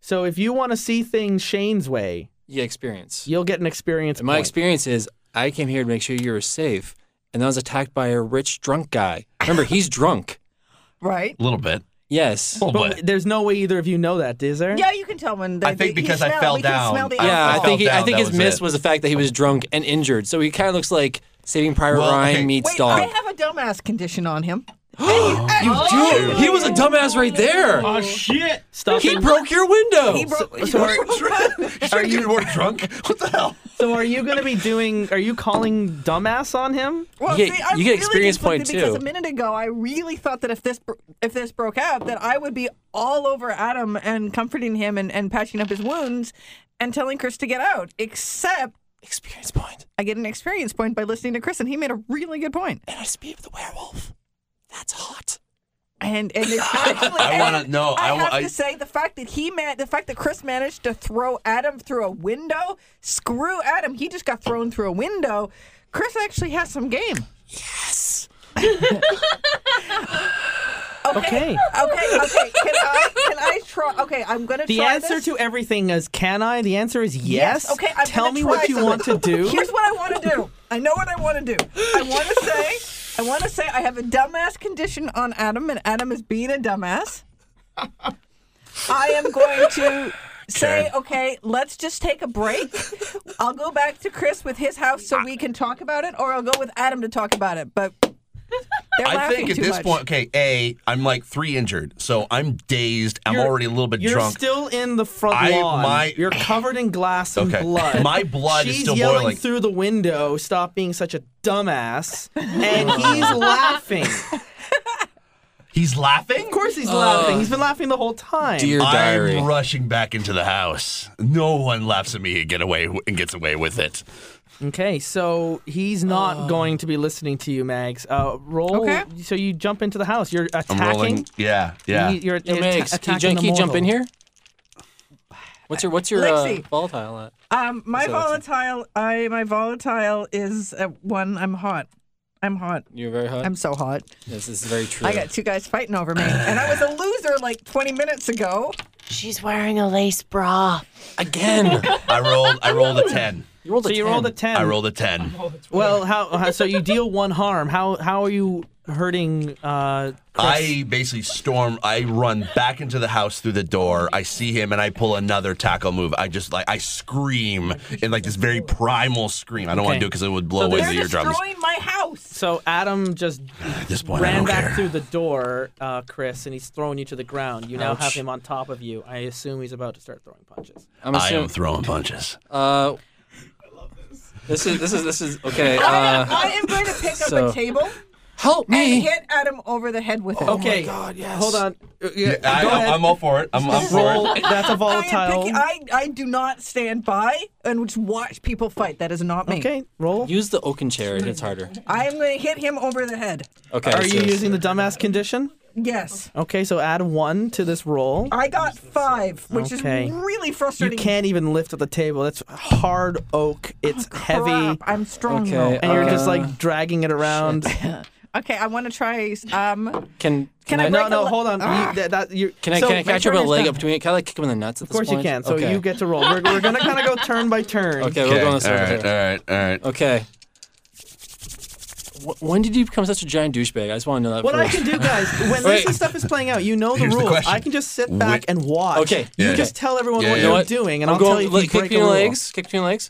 Speaker 3: So if you want to see things Shane's way,
Speaker 7: Yeah, experience.
Speaker 3: you'll get an experience
Speaker 7: And my
Speaker 3: point.
Speaker 7: experience is I came here to make sure you were safe, and I was attacked by a rich drunk guy. Remember, he's drunk.
Speaker 6: Right?
Speaker 4: a little bit.
Speaker 7: Yes.
Speaker 4: A little
Speaker 3: but
Speaker 4: bit.
Speaker 3: there's no way either of you know that, is there?
Speaker 6: Yeah, you can tell when. They,
Speaker 4: I think
Speaker 6: they, he
Speaker 4: because I
Speaker 6: smelled-
Speaker 4: fell
Speaker 6: we can
Speaker 4: down,
Speaker 6: smell the
Speaker 4: I-
Speaker 7: Yeah, I,
Speaker 4: fell
Speaker 6: alcohol.
Speaker 7: think he, I
Speaker 4: down,
Speaker 7: think
Speaker 4: that
Speaker 7: his
Speaker 4: was
Speaker 7: miss
Speaker 4: it.
Speaker 7: was the fact that he was drunk and injured. So he kind of looks like Saving Private
Speaker 4: Well,
Speaker 7: Ryan
Speaker 4: okay.
Speaker 7: meets
Speaker 6: Wait,
Speaker 7: Dog.
Speaker 6: I have a dumbass condition on him.
Speaker 7: Dude, he was a dumbass right there.
Speaker 9: Oh shit!
Speaker 3: Stop.
Speaker 7: He
Speaker 3: it.
Speaker 7: broke your window.
Speaker 6: He broke.
Speaker 3: so, are,
Speaker 4: Are you more drunk? What the hell?
Speaker 3: so are you going to be doing? Are you calling dumbass on him?
Speaker 6: Well,
Speaker 7: You get-
Speaker 6: see, I'm
Speaker 7: you get
Speaker 6: really
Speaker 7: experience point,
Speaker 6: conflicted Because
Speaker 7: too.
Speaker 6: a minute ago, I really thought that if this br- if this broke out, that I would be all over Adam and comforting him and, and patching up his wounds and telling Chris to get out. Except
Speaker 7: Experience point.
Speaker 6: I get an experience point by listening to Chris, and he made a really good point.
Speaker 7: And I speak of the werewolf. That's hot.
Speaker 6: And and it's actually,
Speaker 4: I wanna-
Speaker 6: and
Speaker 4: no,
Speaker 6: I,
Speaker 4: I wa-
Speaker 6: have
Speaker 4: I-
Speaker 6: to say the fact that he man, the fact that Chris managed to throw Adam through a window. Screw Adam, he just got thrown through a window. Chris actually has some game.
Speaker 3: Okay.
Speaker 6: Okay, okay. Can I can I try? Okay, I'm gonna
Speaker 3: The
Speaker 6: try
Speaker 3: answer
Speaker 6: this.
Speaker 3: to everything is can I? The answer is yes.
Speaker 6: Okay, I'm
Speaker 3: Tell
Speaker 6: gonna
Speaker 3: me
Speaker 6: try
Speaker 3: what you
Speaker 6: something.
Speaker 3: want to do.
Speaker 6: Here's what I want to do. I know what I want to do. I want to say, I want to say, I have a dumbass condition on Adam, and Adam is being a dumbass. I am going to say, okay, let's just take a break. I'll go back to Chris with his house so we can talk about it, or I'll go with Adam to talk about it. But they're
Speaker 4: I
Speaker 6: laughing
Speaker 4: think at
Speaker 6: too
Speaker 4: this
Speaker 6: much.
Speaker 4: point, okay, a, I'm like three injured, so I'm dazed. I'm
Speaker 3: You're-
Speaker 4: already a little bit
Speaker 3: You're
Speaker 4: drunk.
Speaker 3: still in the front
Speaker 4: I-
Speaker 3: lawn.
Speaker 4: my-
Speaker 3: You're covered in glass and
Speaker 4: Okay.
Speaker 3: blood.
Speaker 4: My blood is
Speaker 3: She's
Speaker 4: still
Speaker 3: yelling
Speaker 4: boiling.
Speaker 3: through the window. Stop being such a dumbass. And he's laughing. Of
Speaker 4: He's laughing.
Speaker 3: course he's laughing. He's been laughing the whole time.
Speaker 7: Dear diary.
Speaker 4: I'm rushing back into the house. No one laughs at me and get away and gets away with it.
Speaker 3: Okay, so he's not going to be listening to you, Mags. Uh, roll.
Speaker 6: Okay.
Speaker 3: So you jump into the house. You're attacking.
Speaker 4: I'm rolling. Yeah, yeah.
Speaker 3: You- You're,
Speaker 7: Yo,
Speaker 3: you're
Speaker 7: Megs,
Speaker 3: atta-
Speaker 7: can you,
Speaker 3: attacking
Speaker 7: jump-
Speaker 3: the
Speaker 7: can you jump in
Speaker 3: mortal.
Speaker 7: here? What's your what's your uh,
Speaker 6: Lexi.
Speaker 7: volatile at?
Speaker 6: Um, my
Speaker 7: So it's-
Speaker 6: volatile, I my volatile is uh, one. I'm hot. I'm hot.
Speaker 7: You're very hot.
Speaker 6: I'm so hot.
Speaker 7: Yes, this is very true.
Speaker 6: I got two guys fighting over me, and I was a loser like 20 minutes ago.
Speaker 8: She's wearing a lace bra.
Speaker 4: Again. I rolled I rolled a 10.
Speaker 7: You rolled
Speaker 3: So
Speaker 7: a
Speaker 3: you
Speaker 7: 10.
Speaker 3: rolled a ten.
Speaker 4: I rolled a 10.
Speaker 3: Well, how, how? So you deal one harm. How how are you hurting? Uh, Chris?
Speaker 4: I basically storm. I run back into the house through the door. I see him and I pull another tackle move. I just like I scream in like this very primal scream. I don't want to
Speaker 3: Okay.
Speaker 4: do it because it would blow away
Speaker 6: They're
Speaker 4: the eardrums.
Speaker 6: destroying my house.
Speaker 3: So Adam just
Speaker 4: At this point, I
Speaker 3: ran
Speaker 4: don't
Speaker 3: back
Speaker 4: care.
Speaker 3: through the door, uh, Chris, and he's throwing you to the ground. You now have him on top of you. I assume he's about to start throwing punches.
Speaker 7: I'm
Speaker 4: I
Speaker 7: assuming.
Speaker 4: am throwing punches.
Speaker 7: uh, this is this is this is okay.
Speaker 6: I, am,
Speaker 7: Uh,
Speaker 6: I am going to pick up
Speaker 7: so-
Speaker 6: a table
Speaker 7: help
Speaker 6: and
Speaker 7: me!
Speaker 6: hit Adam over the head with it.
Speaker 3: okay. Hold on. Uh, yeah, go
Speaker 4: I,
Speaker 3: ahead.
Speaker 4: am all for it. I'm, I'm
Speaker 3: Roll.
Speaker 4: for it.
Speaker 3: That's a
Speaker 6: Oh I, am
Speaker 3: volatile.
Speaker 6: picking, I, I do not stand by and just watch people fight. That is not me.
Speaker 3: okay. Roll.
Speaker 7: Use the oaken chair. It hits harder.
Speaker 6: I am going to hit him over the head.
Speaker 7: Okay.
Speaker 3: Are
Speaker 7: so
Speaker 3: you using the dumbass condition?
Speaker 6: Yes.
Speaker 3: Okay. So add one to this roll.
Speaker 6: I got five, which
Speaker 3: Okay.
Speaker 6: is really
Speaker 3: You
Speaker 6: frustrating.
Speaker 3: can't even lift at the table. That's hard oak. It's heavy.
Speaker 6: Oh, Crap, I'm strong
Speaker 7: Okay,
Speaker 6: though.
Speaker 3: And you're just
Speaker 7: Uh,
Speaker 3: like dragging it around.
Speaker 6: Okay, I want to try. Um,
Speaker 7: Can
Speaker 6: Can
Speaker 7: can
Speaker 6: I
Speaker 7: I?
Speaker 6: break
Speaker 3: No,
Speaker 6: a
Speaker 3: no,
Speaker 6: le-
Speaker 3: hold on. You, that, that, you,
Speaker 7: Can I,
Speaker 3: so
Speaker 7: can I catch
Speaker 3: my
Speaker 7: up with
Speaker 3: turn
Speaker 7: a
Speaker 3: is
Speaker 7: leg
Speaker 3: done.
Speaker 7: up between it? Can I like kick him in the nuts
Speaker 3: Of
Speaker 7: at
Speaker 3: course
Speaker 7: this
Speaker 3: you
Speaker 7: point?
Speaker 3: can. So
Speaker 7: okay.
Speaker 3: you get to roll. We're, we're gonna kind of go turn by turn.
Speaker 7: Okay, we'll go on this
Speaker 4: all
Speaker 7: over
Speaker 4: right, all
Speaker 7: here.
Speaker 4: right, all right.
Speaker 7: Okay. Wh- When did you become such a giant douchebag? I just want to know that
Speaker 3: What I
Speaker 7: first.
Speaker 3: can do, guys, when
Speaker 7: Wait.
Speaker 3: this stuff is playing out, you know the
Speaker 4: Here's the
Speaker 3: rules.
Speaker 4: question.
Speaker 3: I can just sit back
Speaker 4: Wh-
Speaker 3: and watch.
Speaker 7: Okay.
Speaker 3: You
Speaker 4: Yeah.
Speaker 3: just tell everyone
Speaker 4: Yeah,
Speaker 3: what
Speaker 4: yeah.
Speaker 7: You know
Speaker 3: you're
Speaker 7: what?
Speaker 3: doing, and
Speaker 7: I'm
Speaker 3: will
Speaker 7: going,
Speaker 3: tell you if
Speaker 7: like,
Speaker 3: you
Speaker 7: kick
Speaker 3: break a
Speaker 7: between the
Speaker 3: rule.
Speaker 7: legs. Kick between the legs.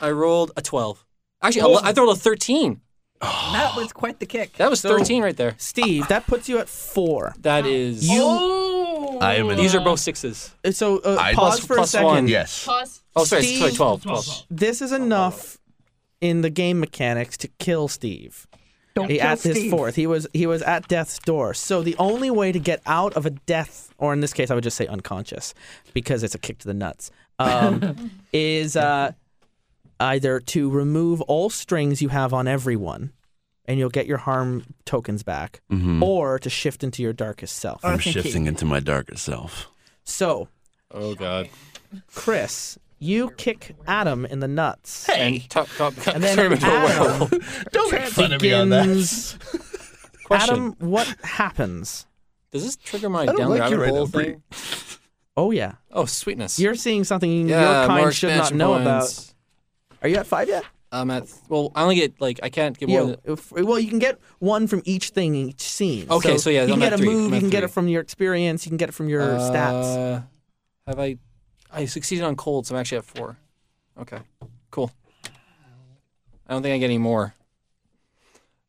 Speaker 7: I rolled a 12. Actually, I lo- I rolled a 13.
Speaker 6: that was quite the kick.
Speaker 7: That was
Speaker 3: So-
Speaker 7: 13 right there.
Speaker 3: Steve, that puts you at four.
Speaker 7: That is.
Speaker 8: Oh.
Speaker 4: I am in-
Speaker 7: These are both sixes.
Speaker 3: Uh, So uh,
Speaker 4: I-
Speaker 3: pause
Speaker 7: Plus-
Speaker 3: for
Speaker 7: plus
Speaker 3: a second.
Speaker 7: one.
Speaker 4: Yes.
Speaker 8: Pause.
Speaker 7: Oh, sorry,
Speaker 3: Steve-
Speaker 7: sorry 12. 12.
Speaker 3: This is enough in the game mechanics to kill Steve.
Speaker 6: Don't
Speaker 3: He
Speaker 6: kill
Speaker 3: at his
Speaker 6: Steve.
Speaker 3: fourth. He was he was at death's door. So the only way to get out of a death, or in this case, I would just say unconscious, because it's a kick to the nuts, um, is uh, either to remove all strings you have on everyone, and you'll get your harm tokens back,
Speaker 4: Mm-hmm.
Speaker 3: or to shift into your darkest self.
Speaker 4: I'm shifting into my darker self.
Speaker 3: So,
Speaker 7: Oh, God.
Speaker 3: Chris, you kick Adam in the nuts.
Speaker 7: And top, top,
Speaker 3: And then
Speaker 7: tournament of
Speaker 3: Adam-
Speaker 7: world.
Speaker 4: Don't make fun of me on that.
Speaker 3: begins.
Speaker 7: Question.
Speaker 3: Adam, what happens?
Speaker 7: Does this trigger my
Speaker 4: don't
Speaker 7: down
Speaker 4: like
Speaker 7: the
Speaker 4: you
Speaker 7: rabbit
Speaker 4: right
Speaker 7: hole
Speaker 4: now, pretty-
Speaker 7: thing?
Speaker 3: Oh yeah,
Speaker 7: Oh, sweetness.
Speaker 3: you're seeing something
Speaker 7: yeah,
Speaker 3: your
Speaker 7: more
Speaker 3: kind should not
Speaker 7: expansion
Speaker 3: know about.
Speaker 7: points.
Speaker 3: Are you at five yet?
Speaker 7: I'm at. Well, I only get, like, I can't get
Speaker 3: Yeah.
Speaker 7: more than.
Speaker 3: if- well, you can get one from each thing, in each scene.
Speaker 7: Okay, so yeah,
Speaker 3: you can
Speaker 7: I'm
Speaker 3: get
Speaker 7: at
Speaker 3: a
Speaker 7: three.
Speaker 3: move.
Speaker 7: I'm
Speaker 3: You
Speaker 7: at
Speaker 3: can get it
Speaker 7: three.
Speaker 3: from your experience. You can get it from your stats.
Speaker 7: Uh, Have I? I succeeded on cold, so I'm actually at four. Okay, cool. I don't think I get any more.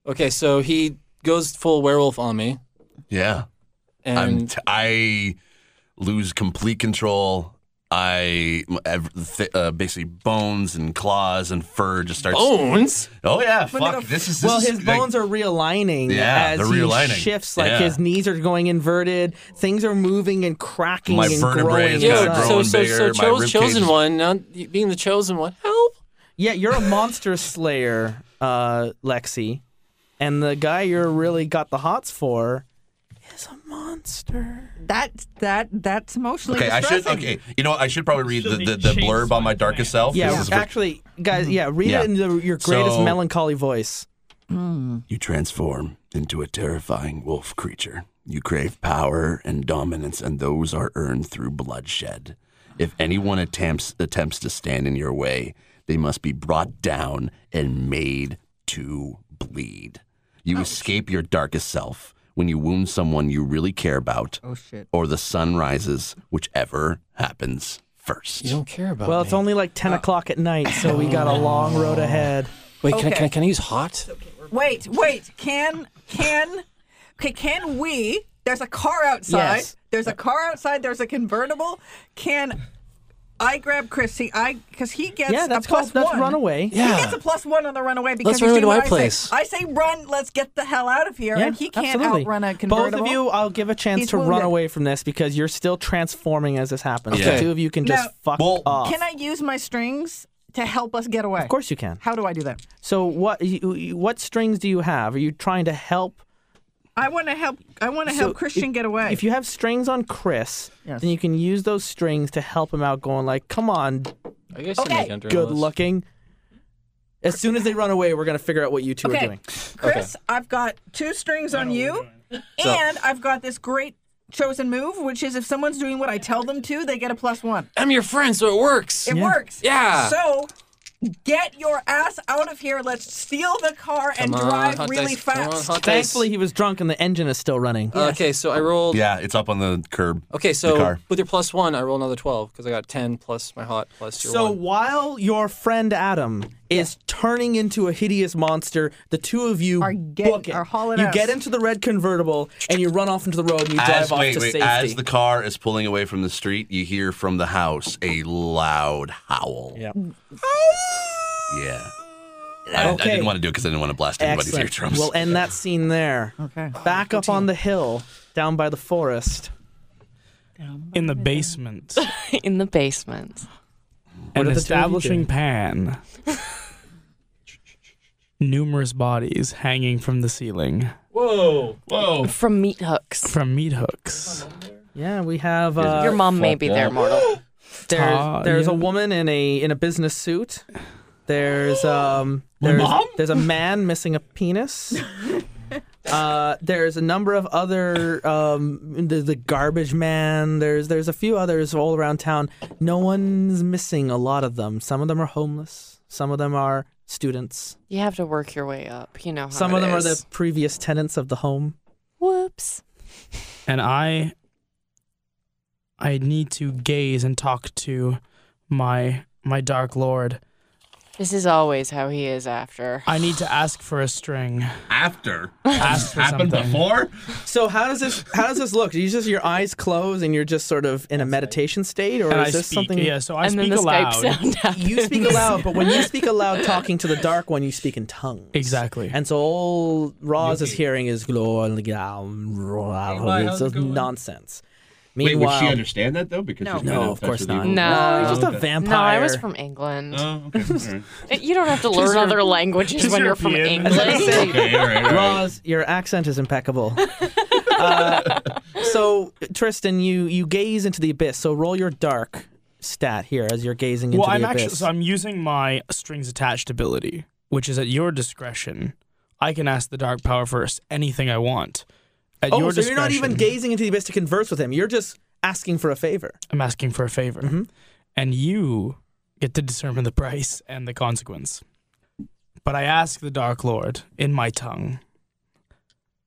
Speaker 7: Okay, so he goes full werewolf on me,
Speaker 4: Yeah. I'm
Speaker 7: and
Speaker 4: t- I lose complete control. I m- ev- th- uh, basically bones and claws and fur just starts.
Speaker 7: bones.
Speaker 4: Oh yeah,
Speaker 6: no,
Speaker 4: fuck.
Speaker 6: no.
Speaker 4: This is this
Speaker 3: Well,
Speaker 4: is,
Speaker 3: his bones are realigning
Speaker 4: Yeah,
Speaker 3: as
Speaker 4: they're
Speaker 3: he
Speaker 4: realigning.
Speaker 3: shifts. Like
Speaker 4: Yeah.
Speaker 3: his knees are going inverted. Things are moving and cracking
Speaker 4: My
Speaker 3: and
Speaker 4: vertebrae
Speaker 3: growing.
Speaker 4: is
Speaker 3: and
Speaker 4: kinda Yeah,
Speaker 7: Yo,
Speaker 3: stuff.
Speaker 7: so
Speaker 4: growing
Speaker 7: so so
Speaker 4: bigger, my
Speaker 7: chose,
Speaker 4: rib
Speaker 7: chosen
Speaker 4: cage-
Speaker 7: one, now you- being the chosen one. Help!
Speaker 3: Yeah, you're a monster slayer, uh, Lexi, and the guy you're really got the hots for is a monster.
Speaker 6: That that that's emotionally
Speaker 4: Okay, I should.
Speaker 6: distressing.
Speaker 4: Okay, you know, what? I should probably read the,
Speaker 9: Should
Speaker 4: the,
Speaker 9: they
Speaker 4: the
Speaker 9: chase
Speaker 4: blurb on my
Speaker 9: my
Speaker 4: darkest
Speaker 9: man?
Speaker 4: self.
Speaker 3: Yeah,
Speaker 4: This is for-
Speaker 3: actually, guys, yeah, read
Speaker 4: Mm-hmm. Yeah.
Speaker 3: it in the, your greatest
Speaker 4: So-
Speaker 3: melancholy voice.
Speaker 4: You transform into a terrifying wolf creature. You crave power and dominance, and those are earned through bloodshed. If anyone attempts attempts to stand in your way, they must be brought down and made to bleed. You escape your darkest self when you wound someone you really care about,
Speaker 6: Oh shit.
Speaker 4: or the sun rises, whichever happens first.
Speaker 7: You don't care about.
Speaker 3: Well, it's only like
Speaker 6: Uh,
Speaker 3: ten o'clock at night, so we
Speaker 4: Oh.
Speaker 3: got a long road ahead.
Speaker 7: Wait, can, I,
Speaker 6: Okay.
Speaker 7: can I can I use hot?
Speaker 6: Wait, wait. Can can okay? Can we? There's a car outside.
Speaker 3: Yes.
Speaker 6: There's a car outside. There's a convertible. Can I grab Chrissy? I because he gets
Speaker 3: yeah, that's
Speaker 6: a plus
Speaker 3: called that's
Speaker 6: one.
Speaker 3: runaway.
Speaker 7: Yeah.
Speaker 6: He gets a plus one on the runaway because
Speaker 7: Let's
Speaker 6: he's
Speaker 7: run
Speaker 6: doing
Speaker 7: into
Speaker 6: what
Speaker 7: our
Speaker 6: I
Speaker 7: place.
Speaker 6: Say. I say run. Let's get the hell out of here.
Speaker 3: Yeah,
Speaker 6: and he can't
Speaker 3: absolutely.
Speaker 6: outrun a convertible.
Speaker 3: Both of you, I'll give a chance
Speaker 6: He's
Speaker 3: to run
Speaker 6: wounded.
Speaker 3: away from this because you're still transforming as this happens. The
Speaker 7: Okay.
Speaker 3: two of you can
Speaker 6: Now-
Speaker 3: just fuck
Speaker 4: Well,
Speaker 3: off.
Speaker 6: Can I use my strings to help us get away?
Speaker 3: Of course you can.
Speaker 6: How do I do that?
Speaker 3: So what you- you- what strings do you have? Are you trying to help?
Speaker 6: I want to help. I want to
Speaker 3: So
Speaker 6: help Christian
Speaker 3: if-
Speaker 6: get away.
Speaker 3: If you have strings on Chris,
Speaker 6: Yes.
Speaker 3: then you can use those strings to help him out. Going like, come on,
Speaker 7: I guess
Speaker 6: Okay.
Speaker 7: under
Speaker 3: good looking. As soon as they run away, we're gonna figure out what you two are
Speaker 6: Okay.
Speaker 3: doing.
Speaker 6: Chris, I've got two strings on you, and I've got this great chosen move, which is if someone's doing what I tell them to, they get a plus one.
Speaker 7: I'm your friend, so it works.
Speaker 6: It works.
Speaker 7: Yeah.
Speaker 6: So get your ass out of here. Let's steal the car and
Speaker 7: Come on,
Speaker 6: drive
Speaker 7: hot
Speaker 6: really
Speaker 7: dice. Come on,
Speaker 6: fast.
Speaker 7: hot dice.
Speaker 3: Thankfully, he was drunk and the engine is still running.
Speaker 7: Okay, so I rolled.
Speaker 4: Yeah, it's up on the curb.
Speaker 7: Okay, so
Speaker 4: car.
Speaker 7: with your plus one, I roll another twelve because I got ten plus my hot plus your
Speaker 3: So
Speaker 7: one.
Speaker 3: while your friend Adam is turning into a hideous monster, the two of you
Speaker 6: Are getting-
Speaker 3: book it.
Speaker 6: are hauling
Speaker 3: you
Speaker 6: ass.
Speaker 3: get into the red convertible and you run off into the road and you drive
Speaker 4: As,
Speaker 3: off
Speaker 4: wait,
Speaker 3: to
Speaker 4: wait,
Speaker 3: safety.
Speaker 4: as the car is pulling away from the street, you hear from the house a loud howl.
Speaker 5: Yeah.
Speaker 4: Yeah. I, didn't- I
Speaker 3: Okay.
Speaker 4: didn't want to do it because I didn't want to blast anybody's
Speaker 3: Excellent.
Speaker 4: eardrums.
Speaker 3: We'll end that scene there.
Speaker 6: Okay.
Speaker 3: Back up on the hill, down by the forest.
Speaker 5: in the basement.
Speaker 8: in the basement.
Speaker 3: are the two
Speaker 5: and
Speaker 3: of you
Speaker 5: establishing
Speaker 3: doing?
Speaker 5: pan. Numerous bodies hanging from the ceiling
Speaker 9: Whoa. Whoa.
Speaker 8: From meat hooks.
Speaker 5: from meat hooks.
Speaker 3: Yeah, we have uh,
Speaker 8: Your mom may be there, mortal.
Speaker 3: There's
Speaker 5: Ta-
Speaker 3: there's a
Speaker 5: yeah.
Speaker 3: woman in a in a business suit. There's um
Speaker 9: My
Speaker 3: there's,
Speaker 9: mom?
Speaker 3: there's a man missing a penis. Uh, there's a number of other um the, the garbage man. There's there's a few others all around town. No one's missing a lot of them. Some of them are homeless. Some of them are students.
Speaker 8: You have to work your way up. You know how
Speaker 3: Some of
Speaker 8: it
Speaker 3: them are
Speaker 8: is.
Speaker 3: the previous tenants of the home.
Speaker 8: whoops.
Speaker 5: And I I need to gaze and talk to my my dark lord.
Speaker 8: This is always how he is after.
Speaker 5: I need to ask for a string.
Speaker 4: After
Speaker 5: Ask for
Speaker 4: happened
Speaker 5: something.
Speaker 4: before,
Speaker 3: So how does this how does this look? Do you just your eyes close and you're just sort of in a meditation state, or
Speaker 5: And
Speaker 3: is
Speaker 5: I
Speaker 3: this
Speaker 5: speak.
Speaker 3: something?
Speaker 5: Yeah, so I
Speaker 8: and then
Speaker 5: speak
Speaker 8: the
Speaker 5: aloud.
Speaker 8: Skype sound happens.
Speaker 3: You speak aloud, but when you speak aloud talking to the dark one, you speak in tongues.
Speaker 5: Exactly.
Speaker 3: And so all Roz is hearing is glory, it's just nonsense.
Speaker 4: wait,
Speaker 3: Meanwhile,
Speaker 4: would she understand that though? Because
Speaker 8: No.
Speaker 4: she's been
Speaker 3: no,
Speaker 4: in
Speaker 3: of
Speaker 4: touch
Speaker 3: course
Speaker 4: with
Speaker 3: not.
Speaker 4: evil.
Speaker 8: No.
Speaker 3: You're just a
Speaker 4: Okay.
Speaker 3: vampire.
Speaker 8: No, I was from England.
Speaker 4: Oh, okay. All right.
Speaker 8: You don't have to learn other languages when you're from
Speaker 5: European.
Speaker 8: England.
Speaker 4: Okay, all right, all right.
Speaker 3: Roz, your accent is impeccable. Uh, so Tristan, you you gaze into the abyss. So roll your dark stat here as you're gazing into
Speaker 5: Well,
Speaker 3: the
Speaker 5: I'm
Speaker 3: abyss.
Speaker 5: actually so I'm using my strings attached ability, which is at your discretion. I can ask the dark power first anything I want. At
Speaker 3: oh,
Speaker 5: your
Speaker 3: so
Speaker 5: discretion,
Speaker 3: you're not even gazing into the abyss to converse with him. You're just asking for a favor.
Speaker 5: I'm asking for a favor, and you get to determine the price and the consequence. But I ask the Dark Lord in my tongue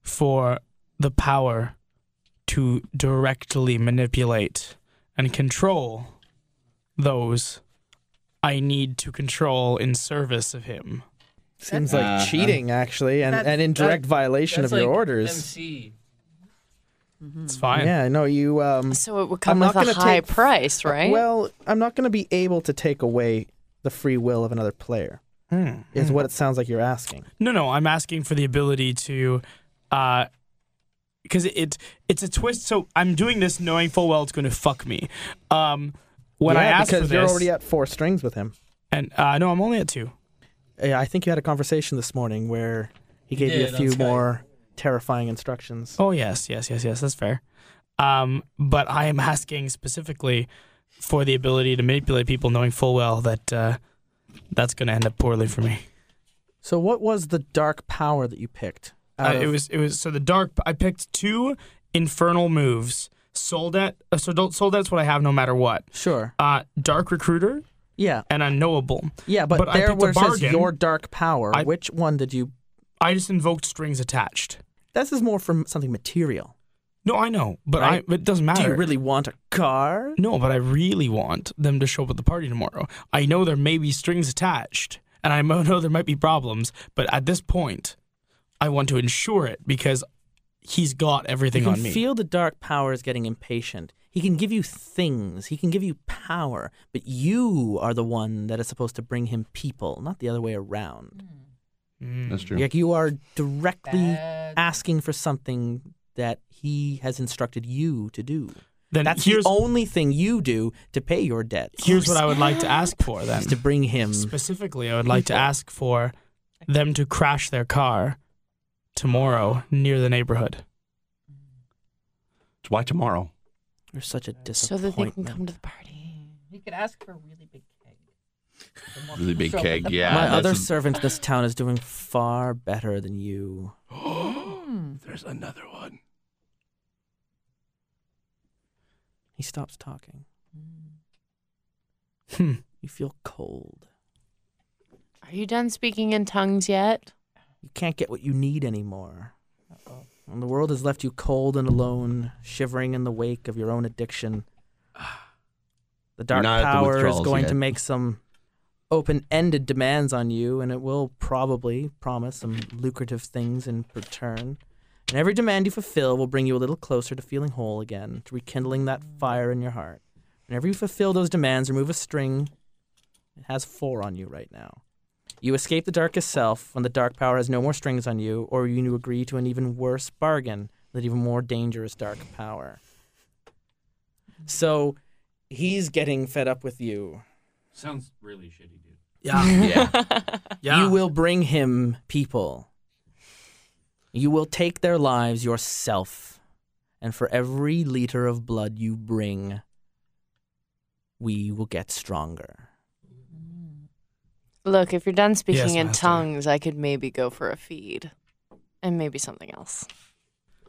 Speaker 5: for the power to directly manipulate and control those I need to control in service of him.
Speaker 3: Seems
Speaker 5: Uh,
Speaker 3: like cheating, actually, and,
Speaker 9: That's-
Speaker 3: and in direct
Speaker 9: that-
Speaker 3: violation of
Speaker 9: That's
Speaker 3: your
Speaker 9: like
Speaker 3: orders.
Speaker 9: MC.
Speaker 5: It's fine.
Speaker 3: Yeah, no, you. Um,
Speaker 8: So it would
Speaker 3: I'm
Speaker 8: come
Speaker 3: not
Speaker 8: with a
Speaker 3: gonna
Speaker 8: high
Speaker 3: take-
Speaker 8: price, right?
Speaker 3: Well, I'm not going to be able to take away the free will of another player.
Speaker 5: Hmm,
Speaker 3: Is what it sounds like you're asking.
Speaker 5: No, no, I'm asking for the ability to, uh, because it, it's a twist. So I'm doing this knowing full well it's going to fuck me. Um, when I
Speaker 3: Yeah,
Speaker 5: ask
Speaker 3: because
Speaker 5: for
Speaker 3: you're
Speaker 5: this,
Speaker 3: already at four strings with him.
Speaker 5: and uh, no, I'm only at two.
Speaker 3: Yeah, I think you had a conversation this morning where he gave you
Speaker 9: did,
Speaker 3: a
Speaker 9: on
Speaker 3: few
Speaker 9: Skype.
Speaker 3: more terrifying instructions.
Speaker 5: Oh yes, yes, yes, yes. That's fair. Um, but I am asking specifically for the ability to manipulate people, knowing full well that uh, that's going to end up poorly for me.
Speaker 3: So, what was the dark power that you picked? out
Speaker 5: Uh, it
Speaker 3: of-
Speaker 5: was it was so the dark. I picked two infernal moves. Soldat, uh, so don't Soldat's what I have no matter what.
Speaker 3: sure.
Speaker 5: Uh, dark recruiter
Speaker 3: Yeah,
Speaker 5: and unknowable.
Speaker 3: yeah, but,
Speaker 5: But I
Speaker 3: there
Speaker 5: picked a
Speaker 3: where it says
Speaker 5: bargain.
Speaker 3: your dark power,
Speaker 5: I-
Speaker 3: which one did you?
Speaker 5: I just invoked strings attached.
Speaker 3: This is more from something material.
Speaker 5: No, I know, but
Speaker 3: Right.
Speaker 5: I but it doesn't matter.
Speaker 3: Do you really want a car?
Speaker 5: No, but I really want them to show up at the party tomorrow. I know there may be strings attached, and I mo- know there might be problems, but at this point, I want to ensure it because he's got everything
Speaker 3: you can
Speaker 5: on me.
Speaker 3: feel the dark power is getting impatient. He can give you things, he can give you power, but you are the one that is supposed to bring him people, not the other way around.
Speaker 5: Mm.
Speaker 4: That's true.
Speaker 3: Like you are directly asking for something that he has instructed you to do.
Speaker 5: then
Speaker 3: That's the
Speaker 5: here's
Speaker 3: only thing you do to pay your debts.
Speaker 5: here's what I would like to ask for then.
Speaker 3: is to bring him.
Speaker 5: Specifically, I would like to ask for them to crash their car tomorrow near the neighborhood.
Speaker 4: Why tomorrow?
Speaker 3: You're such a
Speaker 8: so
Speaker 3: disappointment.
Speaker 8: that they can come to the party.
Speaker 10: You could ask for a really big cake.
Speaker 4: Really big keg. Yeah.
Speaker 3: My
Speaker 4: that's
Speaker 3: other
Speaker 4: a-
Speaker 3: servant in this town is doing far better than you.
Speaker 4: There's another one.
Speaker 3: He stops talking.
Speaker 5: Hmm.
Speaker 3: You feel cold.
Speaker 8: Are you done speaking in tongues yet?
Speaker 3: You can't get what you need anymore. And the world has left you cold and alone, shivering in the wake of your own addiction. The dark
Speaker 10: not at the
Speaker 3: power is
Speaker 10: withdrawals
Speaker 3: going to
Speaker 10: yet.
Speaker 3: make some open ended demands on you, and it will probably promise some lucrative things in return. And every demand you fulfill will bring you a little closer to feeling whole again, to rekindling that fire in your heart. Whenever you fulfill those demands, remove a string. It has four on you right now. You escape the darkest self when the dark power has no more strings on you, or you agree to an even worse bargain with an even more dangerous dark power. So he's getting fed up with you.
Speaker 7: Sounds really shitty, dude.
Speaker 5: Yeah.
Speaker 10: Yeah.
Speaker 5: Yeah.
Speaker 3: You will bring him people. You will take their lives yourself. And for every liter of blood you bring, we will get stronger.
Speaker 8: Look, if you're done speaking in
Speaker 5: Master.
Speaker 8: tongues, I could maybe go for a feed, and maybe something else.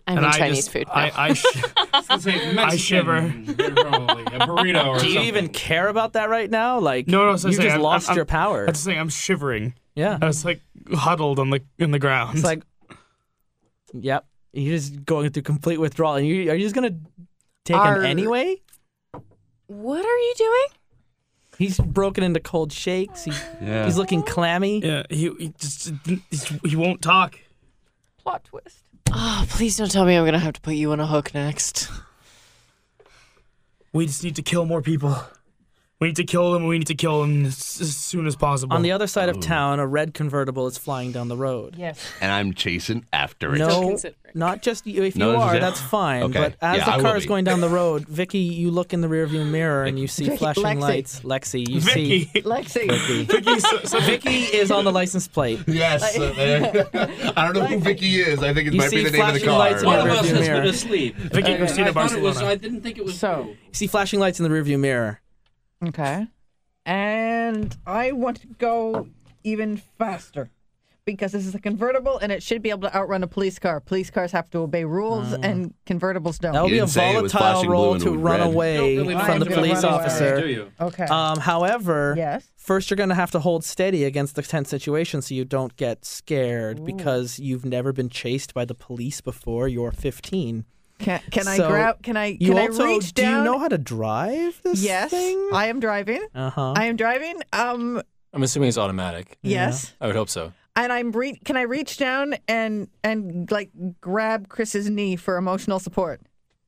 Speaker 8: I mean
Speaker 5: And I
Speaker 8: Chinese
Speaker 5: just-
Speaker 8: food.
Speaker 5: I,
Speaker 8: now.
Speaker 5: I sh-
Speaker 7: Let's say
Speaker 5: I
Speaker 7: Mexican,
Speaker 5: shiver.
Speaker 7: probably, a burrito or
Speaker 3: Do you
Speaker 7: something.
Speaker 3: even care about that right now? Like,
Speaker 5: No, no,
Speaker 3: you
Speaker 5: so
Speaker 3: just
Speaker 5: I'm saying, I'm-
Speaker 3: lost
Speaker 5: I'm-
Speaker 3: your power.
Speaker 5: I'm just saying, I'm shivering.
Speaker 3: yeah.
Speaker 5: I was like huddled on the in the ground.
Speaker 3: It's like, yep, you're just going through complete withdrawal, and you are you just gonna take
Speaker 8: Are-
Speaker 3: him anyway?
Speaker 8: what are you doing?
Speaker 3: He's broken into cold shakes. He,
Speaker 10: Yeah.
Speaker 3: He's looking clammy.
Speaker 5: yeah, he, he just he's- he won't talk.
Speaker 6: Plot twist.
Speaker 8: Oh, please don't tell me I'm gonna have to put you on a hook next.
Speaker 5: We just need to kill more people. We need to kill them. We need to kill them as, as soon as possible.
Speaker 3: On the other
Speaker 10: Oh.
Speaker 3: side of town, a red convertible is flying down the road.
Speaker 6: Yes.
Speaker 10: And I'm chasing after it.
Speaker 3: No,
Speaker 8: considering.
Speaker 3: not just you. If
Speaker 10: No,
Speaker 3: you
Speaker 10: this is
Speaker 3: are,
Speaker 10: it?
Speaker 3: that's fine.
Speaker 10: Okay.
Speaker 3: But as
Speaker 10: Yeah,
Speaker 3: the
Speaker 10: I will
Speaker 3: car is
Speaker 10: be.
Speaker 3: going down the road, Vicky, you look in the rearview mirror and you see flashing
Speaker 6: Lexi.
Speaker 3: lights. Lexi, you see.
Speaker 5: Vicky.
Speaker 6: Lexi.
Speaker 5: Vicky, so, so Vicky.
Speaker 3: Vicky is on the license plate.
Speaker 10: Yes.
Speaker 4: uh,
Speaker 10: so there- I don't know who Vicky is. I think it
Speaker 3: You
Speaker 10: might
Speaker 3: see
Speaker 10: be the name of the
Speaker 3: flashing
Speaker 10: car.
Speaker 3: lights in the
Speaker 7: One of us
Speaker 3: rearview
Speaker 7: has
Speaker 3: mirror.
Speaker 7: been asleep.
Speaker 5: Vicky
Speaker 7: I-
Speaker 5: Cristina
Speaker 7: I thought it was.
Speaker 5: Barcelona.
Speaker 7: I didn't think it was.
Speaker 6: So,
Speaker 3: You see flashing lights in the rearview mirror.
Speaker 6: okay. And I want to go even faster because this is a convertible and it should be able to outrun a police car. Police cars have to obey rules
Speaker 7: Mm.
Speaker 6: and convertibles don't.
Speaker 3: That will
Speaker 10: You
Speaker 3: be a
Speaker 10: didn't say it was
Speaker 3: volatile
Speaker 10: flashing blue
Speaker 3: roll
Speaker 10: and it
Speaker 3: to
Speaker 10: was
Speaker 3: run
Speaker 10: red.
Speaker 7: You
Speaker 3: away
Speaker 7: don't really
Speaker 3: from
Speaker 7: want
Speaker 3: the
Speaker 7: to run
Speaker 3: police
Speaker 7: away,
Speaker 3: officer.
Speaker 7: do you?
Speaker 6: Okay.
Speaker 3: Um, however,
Speaker 6: yes.
Speaker 3: first you're going to have to hold steady against the tense situation so you don't get scared because you've never been chased by the police before. You're 15.
Speaker 6: Can, can I
Speaker 3: So,
Speaker 6: grab? Can I?
Speaker 3: You
Speaker 6: Can
Speaker 3: also
Speaker 6: I reach
Speaker 3: do
Speaker 6: down?
Speaker 3: you know how to drive this
Speaker 6: yes,
Speaker 3: thing?
Speaker 6: I am driving.
Speaker 3: Uh huh.
Speaker 6: I am driving. Um.
Speaker 11: I'm assuming it's automatic.
Speaker 6: Yes.
Speaker 11: I would hope so.
Speaker 6: and I'm re- can I reach down and and like grab Chris's knee for emotional support?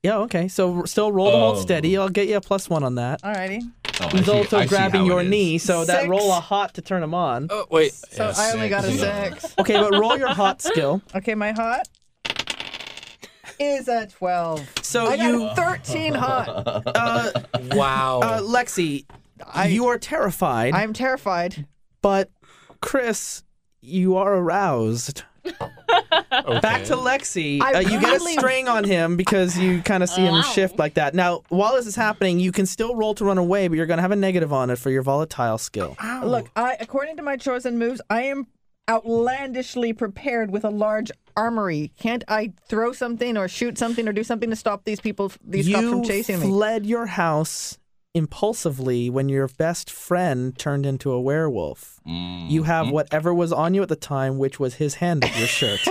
Speaker 3: Yeah. Okay. So r- still roll to hold
Speaker 10: Oh.
Speaker 3: steady. I'll get you a plus one on that.
Speaker 6: Alrighty.
Speaker 10: Oh, I
Speaker 3: He's
Speaker 10: see- I
Speaker 3: also
Speaker 10: see
Speaker 3: grabbing
Speaker 10: how
Speaker 3: your
Speaker 10: it is.
Speaker 3: knee, so that
Speaker 6: Six.
Speaker 3: roll a hot to turn him on.
Speaker 11: Oh wait.
Speaker 6: So I only got a six.
Speaker 3: Okay, but roll your hot skill.
Speaker 6: Okay, my hot is a twelve.
Speaker 3: So
Speaker 6: I got
Speaker 3: you
Speaker 6: a thirteen hot.
Speaker 11: Wow.
Speaker 3: Uh, Lexi, you are terrified,
Speaker 6: I'm terrified.
Speaker 3: but Chris, you are aroused. Back to Lexi.
Speaker 6: I
Speaker 3: Uh, you get a
Speaker 6: really-
Speaker 3: string on him because you kind of see him shift like that. Now, while this is happening, you can still roll to run away, but you're going to have a negative on it for your volatile skill.
Speaker 6: Look, I according to my chores and moves, I am outlandishly prepared with a large armory. Can't I throw something or shoot something or do something to stop these people these cops
Speaker 3: you
Speaker 6: from chasing me?
Speaker 3: fled your house impulsively when your best friend turned into a werewolf.
Speaker 10: Mm-hmm.
Speaker 3: You have whatever was on you at the time, which was his hand up your shirt.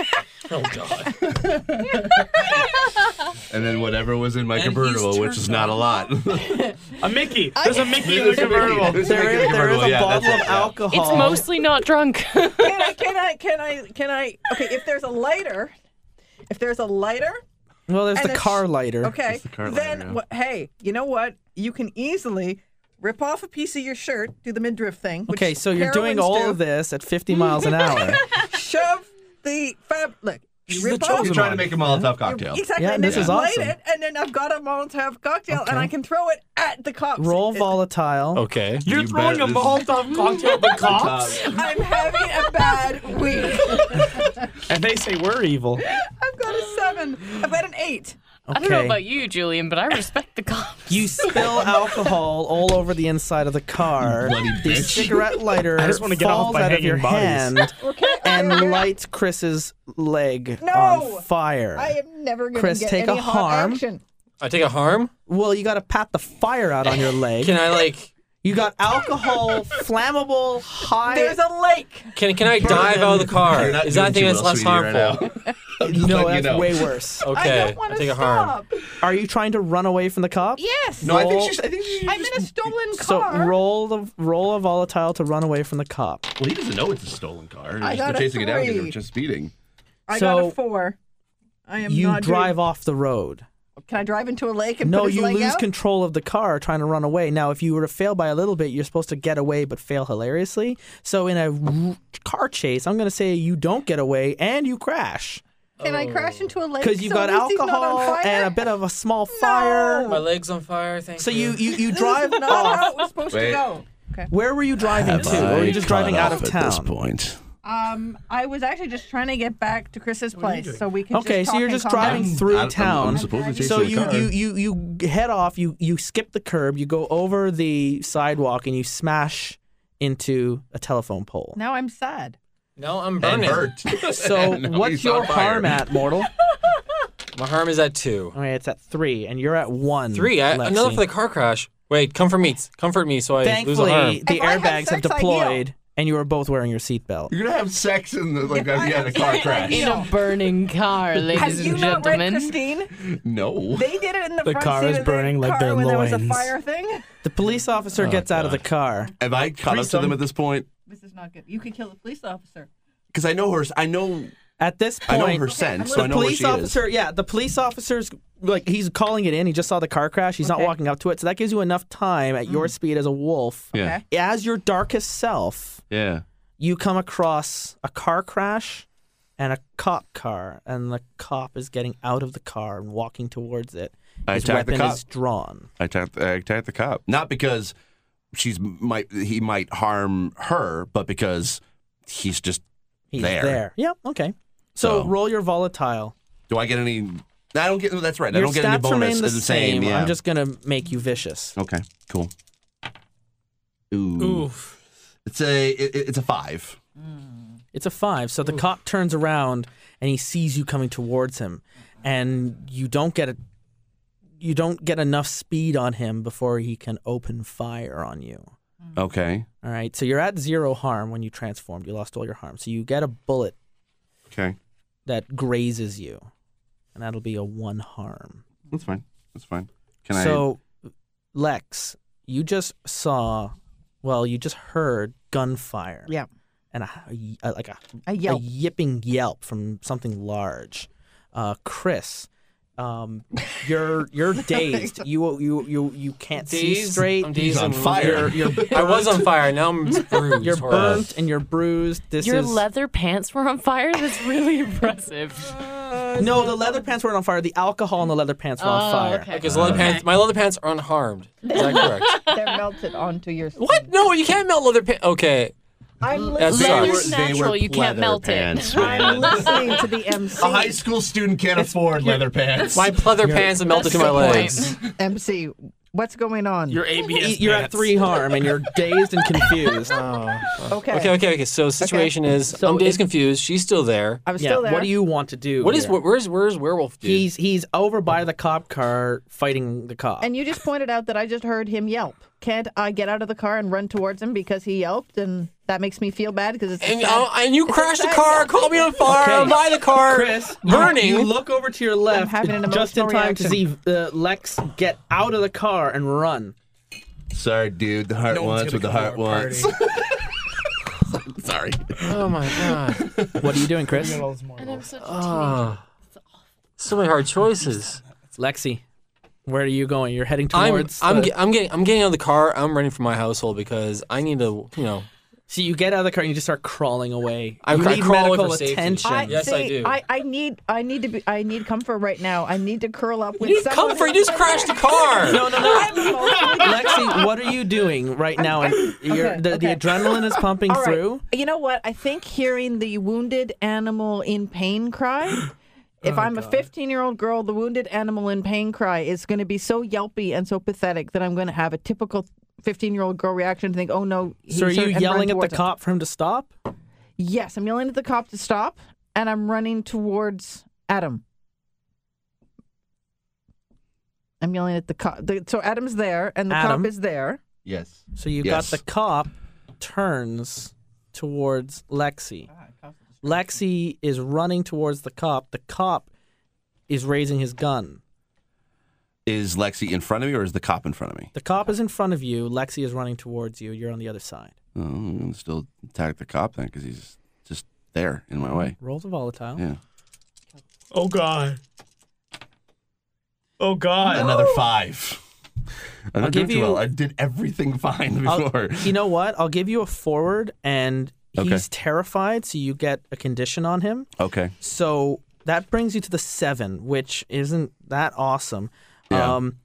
Speaker 10: And then whatever was in my
Speaker 5: And he's
Speaker 10: convertible, which
Speaker 5: turned
Speaker 10: is not a lot.
Speaker 5: A Mickey. There's a Mickey in the
Speaker 10: There's a Mickey.
Speaker 5: convertible.
Speaker 10: There's a
Speaker 3: there
Speaker 10: Mickey
Speaker 3: is, there
Speaker 10: in the
Speaker 3: is
Speaker 10: convertible.
Speaker 3: a
Speaker 10: Yeah,
Speaker 3: bottle of
Speaker 10: that's it. Yeah.
Speaker 3: alcohol.
Speaker 8: It's mostly not drunk.
Speaker 6: can I? Can I? Can I? Can I? Okay, if there's a lighter, if there's a lighter,
Speaker 3: Well, there's
Speaker 6: And
Speaker 3: the
Speaker 6: it's-
Speaker 3: car lighter.
Speaker 6: okay,
Speaker 10: the current
Speaker 6: then
Speaker 10: lighter, yeah.
Speaker 6: wha- hey, you know what? You can easily rip off a piece of your shirt, do the midriff thing. Which
Speaker 3: Okay, so you're doing
Speaker 6: heroines
Speaker 3: all
Speaker 6: do,
Speaker 3: of this at 50 miles an hour.
Speaker 6: Shove the fab. Look, you
Speaker 5: the
Speaker 6: rip
Speaker 5: chosen
Speaker 6: off.
Speaker 10: He's trying to make a Molotov cocktail.
Speaker 6: Exactly,
Speaker 3: Yeah,
Speaker 6: and
Speaker 3: this
Speaker 6: then
Speaker 3: is
Speaker 6: you
Speaker 3: awesome.
Speaker 6: light it, and then I've got a Molotov cocktail, and I can throw it at the cops.
Speaker 3: Roll
Speaker 6: It-
Speaker 3: volatile.
Speaker 11: Okay.
Speaker 5: You're
Speaker 10: You
Speaker 5: throwing a
Speaker 10: better-
Speaker 5: Molotov cocktail at the cops,
Speaker 6: I'm having a bad week.
Speaker 5: and they say we're evil.
Speaker 6: I've got a seven. I've got an eight.
Speaker 8: I don't know about you, Julian, but I respect the cops.
Speaker 3: You spill alcohol all over the inside of the car. the cigarette lighter
Speaker 5: I just wanna get off
Speaker 3: falls
Speaker 5: by
Speaker 3: out of your
Speaker 5: hanging bodies.
Speaker 3: hand and lights Chris's leg
Speaker 6: No!
Speaker 3: on fire.
Speaker 6: I am never going to
Speaker 3: Chris,
Speaker 6: get
Speaker 3: take
Speaker 6: any
Speaker 3: a
Speaker 6: hot
Speaker 3: harm.
Speaker 6: action.
Speaker 7: I take a harm?
Speaker 3: Well, you got to pat the fire out on your leg.
Speaker 7: Can I like
Speaker 3: you got alcohol, flammable, high.
Speaker 6: There's a lake.
Speaker 7: can can I dive out of the car?
Speaker 4: not
Speaker 7: Is that
Speaker 4: doing
Speaker 7: I think
Speaker 4: too
Speaker 7: that's
Speaker 4: well,
Speaker 7: less
Speaker 4: sweetie, right
Speaker 7: harmful?
Speaker 3: no,
Speaker 4: you
Speaker 3: that's
Speaker 4: know.
Speaker 3: way worse.
Speaker 7: Okay.
Speaker 6: I don't want to
Speaker 7: take a harm.
Speaker 6: stop.
Speaker 3: Are you trying to run away from the cop?
Speaker 6: Yes.
Speaker 4: No, I think she's. I think she's.
Speaker 6: I'm in a stolen
Speaker 3: So
Speaker 6: car.
Speaker 3: roll the roll a volatile to run away from the cop.
Speaker 4: well, he doesn't know it's a stolen car.
Speaker 6: I
Speaker 4: He's
Speaker 6: got
Speaker 4: been
Speaker 6: a
Speaker 4: chasing it down because they
Speaker 6: three.
Speaker 4: were just speeding.
Speaker 6: I got
Speaker 3: so
Speaker 6: a four. I am
Speaker 3: You
Speaker 6: not doing-
Speaker 3: drive off the road.
Speaker 6: Can I drive into a lake and
Speaker 3: No,
Speaker 6: put his
Speaker 3: you
Speaker 6: leg
Speaker 3: lose
Speaker 6: out?
Speaker 3: control of the car trying to run away. Now, if you were to fail by a little bit, you're supposed to get away but fail hilariously. So in a r- car chase, I'm going to say you don't get away and you crash
Speaker 6: Can I crash into a lake?
Speaker 3: because you've
Speaker 6: so
Speaker 3: got
Speaker 6: at least he's not on
Speaker 3: alcohol
Speaker 6: fire?
Speaker 3: and a bit of a small fire.
Speaker 7: My leg's on fire, thank
Speaker 3: So
Speaker 7: you.
Speaker 3: you you, you drive
Speaker 6: This is not how
Speaker 3: off.
Speaker 6: it was supposed to
Speaker 4: Wait.
Speaker 6: go.
Speaker 3: Where were you driving to? Or were you just driving out of town?
Speaker 4: At this point,
Speaker 6: Um, I was actually just trying to get back to Chris's place so we can.
Speaker 3: Okay,
Speaker 6: just
Speaker 3: so
Speaker 6: talk
Speaker 3: you're
Speaker 6: and
Speaker 3: just
Speaker 6: calm
Speaker 3: driving
Speaker 6: down.
Speaker 3: through
Speaker 4: I- I'm-
Speaker 3: town.
Speaker 4: I'm supposed to chase
Speaker 3: so
Speaker 4: the
Speaker 3: you,
Speaker 4: car.
Speaker 3: you you you head off. You you skip the curb. You go over the sidewalk and you smash into a telephone pole.
Speaker 6: Now I'm sad.
Speaker 7: No, I'm
Speaker 4: and
Speaker 7: burning.
Speaker 4: hurt.
Speaker 3: So
Speaker 4: No,
Speaker 3: what's
Speaker 4: he's
Speaker 3: your
Speaker 4: on fire.
Speaker 3: harm at, mortal?
Speaker 7: My harm is at two.
Speaker 3: All right, it's at three, and you're at one.
Speaker 7: Three. I,
Speaker 3: Mm, Lexi.
Speaker 7: another for the car crash. Wait, comfort me. Comfort me so I lose a harm.
Speaker 3: Thankfully, the
Speaker 6: If I have
Speaker 3: airbags have
Speaker 6: sex, I
Speaker 3: deployed, and you were both wearing your seatbelt.
Speaker 4: You're gonna have sex in the like
Speaker 6: I
Speaker 4: yeah, in
Speaker 6: have
Speaker 4: a car
Speaker 6: sex, I
Speaker 4: crash.
Speaker 6: do.
Speaker 8: in a burning car,
Speaker 6: Have
Speaker 8: ladies
Speaker 6: you
Speaker 8: and
Speaker 6: not read
Speaker 8: gentlemen.
Speaker 6: Christine?
Speaker 4: No.
Speaker 6: They did it in the,
Speaker 5: The
Speaker 6: front
Speaker 5: car
Speaker 6: seat
Speaker 5: is
Speaker 6: of the
Speaker 5: burning like
Speaker 6: car
Speaker 5: their
Speaker 6: when there was a
Speaker 5: loins.
Speaker 6: fire thing.
Speaker 3: The police
Speaker 4: Oh,
Speaker 3: officer gets out of the car.
Speaker 4: Have I caught up to them at this point?
Speaker 6: This is not good. You could kill the police officer.
Speaker 4: Because I know her. I know.
Speaker 3: At this point,
Speaker 4: I know her scent, so
Speaker 3: the
Speaker 4: I know where
Speaker 3: police
Speaker 4: she is.
Speaker 3: officer, yeah, the police officer's like he's calling it in. He just saw the car crash. He's
Speaker 6: Okay. Mm.
Speaker 3: not walking up to it, so that gives you enough time at your speed as a wolf,
Speaker 4: Yeah.
Speaker 6: Okay.
Speaker 3: as your darkest self.
Speaker 4: Yeah.
Speaker 3: You come across a car crash and a cop car, and the cop is getting out of the car and walking towards it.
Speaker 4: I
Speaker 3: His
Speaker 4: attack the
Speaker 3: weapon
Speaker 4: cop.
Speaker 3: is drawn.
Speaker 4: I attacked, I attacked the cop. Not because she's might he might harm her, but because he's just
Speaker 3: He's
Speaker 4: there.
Speaker 3: Yeah. Okay. So,
Speaker 4: So-
Speaker 3: roll your volatile.
Speaker 4: Do I get any? I don't get. That's right. I
Speaker 3: your
Speaker 4: don't get any
Speaker 3: stats
Speaker 4: bonus.
Speaker 3: remain the
Speaker 4: It's same. Yeah.
Speaker 3: I'm just gonna make you vicious.
Speaker 4: okay. Cool. Ooh.
Speaker 5: Oof.
Speaker 4: It's a it, it's a five.
Speaker 3: It's a five. So the cop turns around and he sees you coming towards him, and you don't get a, you don't get enough speed on him before he can open fire on you.
Speaker 4: Okay.
Speaker 3: All right. So you're at zero harm when you transformed. You lost all your harm. So you get a bullet
Speaker 4: Okay.
Speaker 3: that grazes you, and that'll be a one harm.
Speaker 4: That's fine. That's fine. Can
Speaker 3: so, Lex, you just saw, well, you just heard gunfire.
Speaker 6: Yeah.
Speaker 3: And a, a- like a,
Speaker 6: A yelp.
Speaker 3: yipping yelp from something large. Uh, Chris, um, you're you're dazed. You you you you can't see
Speaker 7: Dazed?
Speaker 3: straight.
Speaker 7: I'm dazed
Speaker 4: on
Speaker 7: and-
Speaker 4: fire.
Speaker 3: You're, you're
Speaker 7: I was on fire. Now I'm bruised.
Speaker 3: you're
Speaker 7: horribly.
Speaker 3: burnt and you're bruised. This
Speaker 8: Your
Speaker 3: is
Speaker 8: leather pants were on fire? That's really impressive.
Speaker 3: no. The leather pants weren't on fire. The alcohol in the leather pants were on
Speaker 8: Oh,
Speaker 3: fire.
Speaker 8: okay.
Speaker 7: Because leather pants, my leather pants are unharmed. Is that correct?
Speaker 6: They're melted onto your.
Speaker 7: what? No, you can't melt leather pants. Okay.
Speaker 6: I'm
Speaker 7: That
Speaker 6: listening.
Speaker 8: Leather's
Speaker 7: sucks.
Speaker 4: They were- they
Speaker 8: natural.
Speaker 4: were
Speaker 8: you can't
Speaker 4: pleather
Speaker 8: melt
Speaker 4: pants,
Speaker 8: it.
Speaker 6: I'm listening to the MC.
Speaker 3: Uh,
Speaker 4: I? A high school student can't afford leather pants.
Speaker 7: My leather pants have melted
Speaker 8: That's
Speaker 7: to my
Speaker 8: the point.
Speaker 7: legs.
Speaker 6: MC, what's going on?
Speaker 5: Your ABS.
Speaker 3: You're at
Speaker 5: pants.
Speaker 3: three harm and you're dazed and confused.
Speaker 7: Oh.
Speaker 6: okay.
Speaker 7: Okay, okay, okay. So situation is,
Speaker 3: So
Speaker 7: I'm
Speaker 3: it-
Speaker 7: dazed, confused. She's still there.
Speaker 6: I was
Speaker 3: Yeah,
Speaker 6: still there.
Speaker 3: What do you want to do?
Speaker 7: What is?
Speaker 3: here?
Speaker 7: wh- Where's? Where's werewolf dude?
Speaker 3: He's he's over by the cop car fighting the cop.
Speaker 6: And you just pointed out that I just heard him yelp. Can't I get out of the car and run towards him because he yelped, and that makes me feel bad because it's. a
Speaker 7: and,
Speaker 6: sad-
Speaker 7: uh, and you crashed the car, caught me on fire,
Speaker 3: Okay.
Speaker 7: I'm by the car,
Speaker 3: Chris, you-
Speaker 7: burning.
Speaker 3: You, look over to your left,
Speaker 6: having an
Speaker 3: just in
Speaker 6: emotional
Speaker 3: time to see
Speaker 6: reaction.
Speaker 3: uh, Lex get out of the car and run.
Speaker 4: Sorry, dude. The heart
Speaker 5: No one's
Speaker 4: wants what
Speaker 5: gonna
Speaker 4: the
Speaker 5: come to
Speaker 4: heart
Speaker 5: our party.
Speaker 4: wants. Sorry.
Speaker 7: oh my god.
Speaker 3: What are you doing, Chris?
Speaker 5: All this morning.
Speaker 8: And I'm such a
Speaker 7: Oh. So many hard choices.
Speaker 3: Lexi, where are you going? You're heading
Speaker 7: I'm
Speaker 3: towards.
Speaker 7: I'm,
Speaker 3: the-
Speaker 7: ge- I'm getting I'm getting out of the car. I'm running for my household because I need to you know
Speaker 3: so you get out of the car and you just start crawling away.
Speaker 7: I-
Speaker 3: you
Speaker 7: I
Speaker 3: need
Speaker 7: crawl away
Speaker 3: medical
Speaker 7: for safety.
Speaker 3: attention.
Speaker 6: I,
Speaker 7: Yes, I
Speaker 6: see,
Speaker 7: do.
Speaker 6: I, I need I need to be I need comfort right now. I need to curl up with
Speaker 7: you need
Speaker 6: someone
Speaker 7: comfort. You
Speaker 6: who-
Speaker 7: just crashed the car.
Speaker 3: no, no, no.
Speaker 6: I'm emotionally-
Speaker 3: Lexi, what are you doing right now? And you're,
Speaker 6: okay,
Speaker 3: the, the
Speaker 6: okay.
Speaker 3: adrenaline is pumping
Speaker 6: All right.
Speaker 3: through.
Speaker 6: You know what? I think hearing the wounded animal in pain cry. If I'm a 15 year old girl, the wounded animal in pain cry is going to be so yelpy and so pathetic that I'm going to have a typical 15 year old girl reaction to think, oh no. he's
Speaker 3: So are you
Speaker 6: hurt," and run
Speaker 3: yelling at the
Speaker 6: towards him.
Speaker 3: cop for him to stop?
Speaker 6: Yes, I'm yelling at the cop to stop, and I'm running towards Adam. I'm yelling at the cop. The, so Adam's there, and the
Speaker 3: Adam?
Speaker 6: cop is there.
Speaker 4: Yes.
Speaker 3: So you
Speaker 4: Yes.
Speaker 3: got the cop turns towards Lexi. Lexi is running towards the cop. The cop is raising his gun.
Speaker 4: Is Lexi in front of me or is the cop in front of me?
Speaker 3: The cop is in front of you. Lexi is running towards you. You're on the other side.
Speaker 4: Oh, I'm gonna still attack the cop then because he's just there in my way.
Speaker 3: Roll the volatile.
Speaker 4: Yeah.
Speaker 5: Oh god. Oh god.
Speaker 4: Another five. I
Speaker 3: I'll
Speaker 4: don't
Speaker 3: give
Speaker 4: do too well.
Speaker 3: you-
Speaker 4: I did everything fine
Speaker 3: I'll-
Speaker 4: before.
Speaker 3: you know what? I'll give you a forward, and he's
Speaker 4: Okay.
Speaker 3: terrified, so you get a condition on him.
Speaker 4: okay.
Speaker 3: So that brings you to the seven, which isn't that awesome.
Speaker 4: Yeah.
Speaker 3: Um,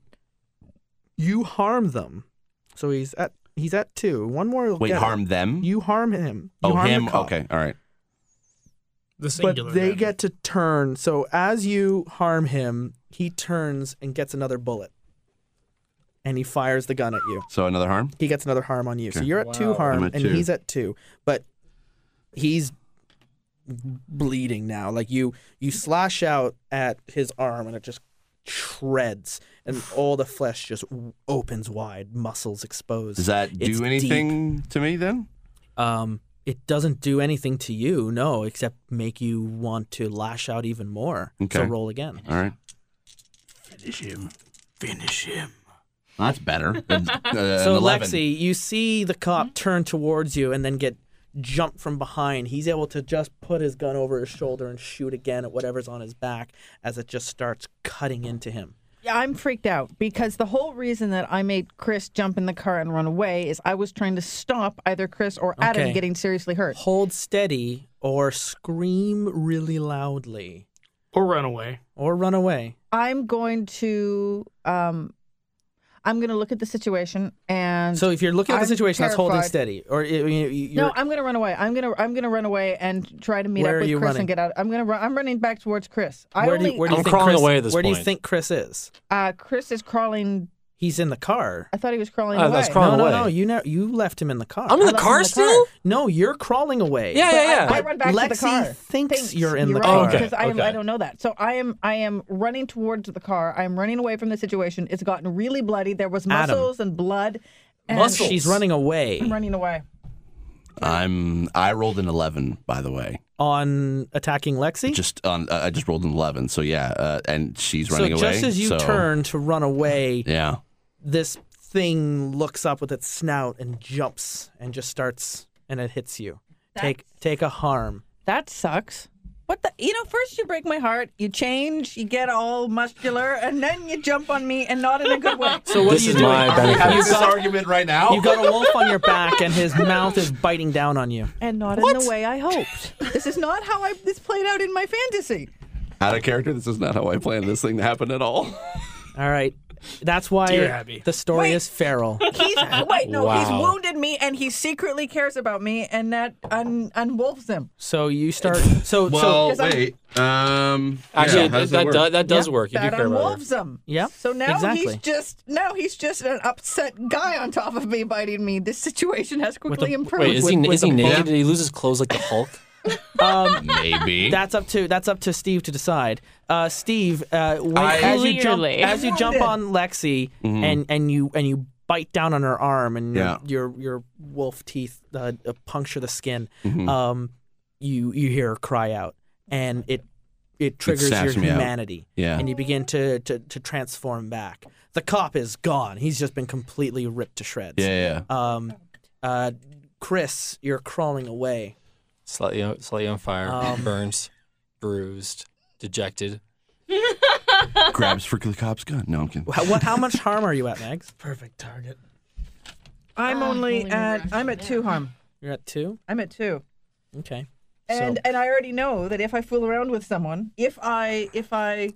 Speaker 3: you harm them, so he's at he's at two. One more. he'll
Speaker 4: Wait,
Speaker 3: get it.
Speaker 4: harm them?
Speaker 3: You harm him. You
Speaker 4: oh,
Speaker 3: harm the
Speaker 4: him?
Speaker 3: cop.
Speaker 4: Okay. All right.
Speaker 5: The
Speaker 3: But
Speaker 5: singular.
Speaker 3: they
Speaker 5: them.
Speaker 3: get to turn. So as you harm him, he turns and gets another bullet, and he fires the gun at you.
Speaker 4: So another harm?
Speaker 3: he gets another harm on you. So
Speaker 4: Okay.
Speaker 3: you're at two
Speaker 7: Wow.
Speaker 3: harm,
Speaker 4: I'm at
Speaker 3: and
Speaker 4: two.
Speaker 3: he's at two, but he's bleeding now. Like you, you slash out at his arm, and it just shreds, and all the flesh just w- opens wide, muscles exposed.
Speaker 4: Does that
Speaker 3: It's
Speaker 4: do
Speaker 3: deep.
Speaker 4: anything to me then?
Speaker 3: Um, it doesn't do anything to you, no, except make you want to lash out even more. So
Speaker 4: Okay.
Speaker 3: roll again.
Speaker 4: All right.
Speaker 5: finish him. Finish him.
Speaker 4: That's better. Than, uh,
Speaker 3: So
Speaker 4: an 11.
Speaker 3: Lexi, you see the cop
Speaker 6: Mm-hmm.
Speaker 3: turn towards you and then get jumped from behind. He's able to just put his gun over his shoulder and shoot again at whatever's on his back as it just starts cutting into him.
Speaker 6: Yeah, I'm freaked out because the whole reason that I made Chris jump in the car and run away is I was trying to stop either Chris or Adam
Speaker 3: Okay.
Speaker 6: getting seriously hurt.
Speaker 3: Hold steady or scream really loudly
Speaker 5: Or run away.
Speaker 3: or run away.
Speaker 6: I'm going to um I'm going to look at the situation and
Speaker 3: So if you're looking at the
Speaker 6: I'm
Speaker 3: situation, that's holding
Speaker 6: terrified.
Speaker 3: steady. Or you- you- you're,
Speaker 6: No, I'm going to run away. I'm going to I'm going to run away and try to meet
Speaker 3: Where are
Speaker 6: up with
Speaker 3: you
Speaker 6: Chris
Speaker 3: running?
Speaker 6: and get out. I'm going to run I'm running back towards Chris. I
Speaker 3: where do
Speaker 6: only
Speaker 3: you, where do you
Speaker 7: I'm
Speaker 3: think
Speaker 7: crawling
Speaker 3: Chris,
Speaker 7: away at this
Speaker 3: Where do you
Speaker 7: point.
Speaker 3: think Chris is?
Speaker 6: uh Chris is crawling
Speaker 3: He's in the car.
Speaker 6: I thought he was crawling
Speaker 7: Oh,
Speaker 6: away.
Speaker 7: that's
Speaker 3: No,
Speaker 7: crawling
Speaker 3: no,
Speaker 7: away.
Speaker 3: no. You know, you left him in the car.
Speaker 7: I'm in the
Speaker 6: I left
Speaker 7: car
Speaker 6: him in the car.
Speaker 7: still?
Speaker 3: no, you're crawling away.
Speaker 7: Yeah, yeah, yeah.
Speaker 6: I, I run back
Speaker 3: Lexi
Speaker 6: to the car.
Speaker 3: thinks you're in the
Speaker 6: right,
Speaker 7: car. Okay,
Speaker 6: because I, am-
Speaker 7: okay.
Speaker 6: I don't know that. So I am I am running towards the car. I'm running away from the situation. It's gotten really bloody. There was
Speaker 3: Adam.
Speaker 6: muscles and blood. And
Speaker 7: Muscles?
Speaker 3: She's running away
Speaker 6: I'm running away.
Speaker 4: I'm. I rolled an eleven, by the way.
Speaker 3: on attacking Lexi.
Speaker 4: Just on. Uh, I just rolled an eleven. So yeah. Uh, and she's running
Speaker 3: so
Speaker 4: away.
Speaker 3: just as you
Speaker 4: so-
Speaker 3: turn to run away,
Speaker 4: Yeah.
Speaker 3: this thing looks up with its snout and jumps and just starts and it hits you. Take take a harm.
Speaker 6: That sucks. What the? You know, first you break my heart, you change, you get all muscular, and then you jump on me, and not in a good way.
Speaker 3: So what
Speaker 7: This
Speaker 3: are you
Speaker 7: is
Speaker 3: doing?
Speaker 7: my benefit.
Speaker 3: You
Speaker 4: This
Speaker 3: got-
Speaker 4: argument right now.
Speaker 3: you got a wolf on your back and his mouth is biting down on you.
Speaker 6: and not in the way I hoped. This is not how I this played out in my fantasy.
Speaker 4: Out of character. This is not how I planned this thing to happen at all.
Speaker 3: All right. That's why
Speaker 5: Dear Abby.
Speaker 3: the story
Speaker 6: Wait.
Speaker 3: is feral.
Speaker 6: He's wait, no, he's
Speaker 7: Wow.
Speaker 6: wounded me, and he secretly cares about me, and that un, unwolves him.
Speaker 3: So you start so so
Speaker 4: wait. Um. yeah,
Speaker 7: Actually,
Speaker 4: how
Speaker 7: that,
Speaker 4: does it
Speaker 7: that,
Speaker 4: work?
Speaker 7: do- that does
Speaker 3: Yeah.
Speaker 7: work. You
Speaker 6: That
Speaker 7: do care about her.
Speaker 6: unwolves him.
Speaker 3: Yep,
Speaker 6: So now
Speaker 3: exactly.
Speaker 6: he's just now he's just an upset guy on top of me biting me. This situation has quickly improved.
Speaker 7: Wait, is he,
Speaker 3: With- with
Speaker 7: is he
Speaker 3: the-
Speaker 7: naked?
Speaker 4: Yeah.
Speaker 7: Did he lose his clothes like the Hulk?
Speaker 4: Maybe.
Speaker 3: That's up to that's up to Steve to decide. Uh, Steve, uh, when,
Speaker 4: I-
Speaker 3: as you jump
Speaker 8: Clearly.
Speaker 3: as you jump
Speaker 6: Wounded.
Speaker 3: on Lexi and and you and you bite down on her arm and your-
Speaker 4: Mm-hmm. Yeah.
Speaker 3: your your wolf teeth uh, uh, puncture the skin.
Speaker 4: Mm-hmm.
Speaker 3: Um, you you hear her cry out and it it triggers your
Speaker 4: snaps me out.
Speaker 3: humanity.
Speaker 4: Yeah.
Speaker 3: and you begin to, to to transform back. The cop is gone. He's just been completely ripped to shreds.
Speaker 4: yeah. Yeah.
Speaker 3: Um, uh, Chris, you're crawling away.
Speaker 7: Slightly, on- slightly on fire,
Speaker 3: Um.
Speaker 7: burnt, bruised, dejected.
Speaker 3: Uh,
Speaker 4: Grabs for the cop's gun. No, I'm kidding.
Speaker 3: How, what, how much harm are you at, Mags?
Speaker 5: Perfect target.
Speaker 6: I'm only at I'm at two harm.
Speaker 3: You're at two.
Speaker 6: I'm at two.
Speaker 3: Okay.
Speaker 6: And and I already know that if I fool around with someone, if I if I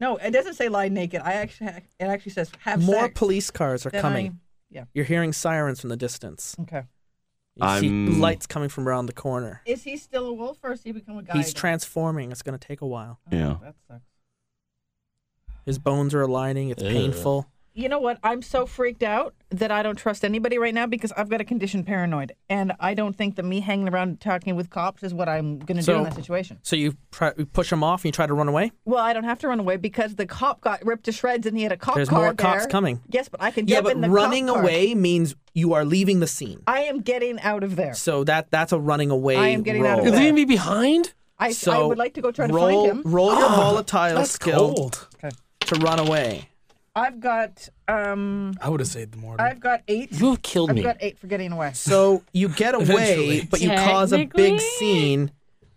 Speaker 6: no, it doesn't say lie naked. I actually it actually says have
Speaker 3: More
Speaker 6: sex.
Speaker 3: police cars are
Speaker 6: Then
Speaker 3: coming.
Speaker 6: I- yeah.
Speaker 3: You're hearing sirens from the distance.
Speaker 6: Okay.
Speaker 3: You see
Speaker 4: I'm-
Speaker 3: lights coming from around the corner.
Speaker 6: Is he still a wolf or has he become a guy?
Speaker 3: He's
Speaker 6: again?
Speaker 3: transforming. It's going to take a while.
Speaker 4: Yeah.
Speaker 6: That sucks.
Speaker 3: His bones are aligning. It's
Speaker 7: Ugh.
Speaker 3: painful.
Speaker 6: you know what? I'm so freaked out that I don't trust anybody right now because I've got a condition paranoid, and I don't think that me hanging around talking with cops is what I'm going to do
Speaker 3: So-
Speaker 6: in that situation.
Speaker 3: So you, pr- you push him off and you try to run away.
Speaker 6: Well, I don't have to run away because the cop got ripped to shreds, and he had a cop
Speaker 3: There's
Speaker 6: car
Speaker 3: more cops
Speaker 6: there.
Speaker 3: coming.
Speaker 6: Yes, but I can
Speaker 3: Yeah,
Speaker 6: jump in the
Speaker 3: but
Speaker 6: cop
Speaker 3: running
Speaker 6: car.
Speaker 3: away means you are leaving the scene.
Speaker 6: I am getting out of there.
Speaker 3: So that that's a running away.
Speaker 6: I am getting
Speaker 3: roll.
Speaker 6: out of
Speaker 7: You're
Speaker 6: there.
Speaker 7: leaving me behind?
Speaker 6: I,
Speaker 3: So
Speaker 6: I would like to go try to
Speaker 3: roll,
Speaker 6: find him.
Speaker 3: Roll your volatile
Speaker 5: That's
Speaker 3: skill
Speaker 5: cold.
Speaker 3: to run away.
Speaker 6: I've got um,
Speaker 5: I would have saved the mortar.
Speaker 6: I've got eight.
Speaker 7: You have killed
Speaker 6: I've
Speaker 7: me.
Speaker 6: got eight for getting away.
Speaker 3: So you get away,
Speaker 5: Eventually.
Speaker 3: but you cause a big
Speaker 8: Technically?
Speaker 3: scene.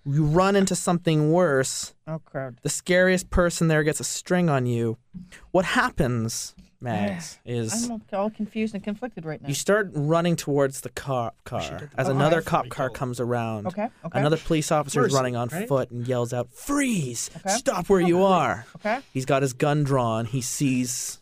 Speaker 3: You run into something worse.
Speaker 6: Oh, crowd.
Speaker 3: The scariest person there gets a string on you. What happens, Max, is
Speaker 6: I'm all confused and conflicted right now.
Speaker 3: you start running towards the cop car as another cop car comes around.
Speaker 6: Okay, okay.
Speaker 3: Another police officer is
Speaker 5: Mercy,
Speaker 3: running on
Speaker 5: right?
Speaker 3: foot and yells out, "Freeze! Stop where you are!"
Speaker 6: Oh, Okay.
Speaker 3: He's got his gun drawn. He sees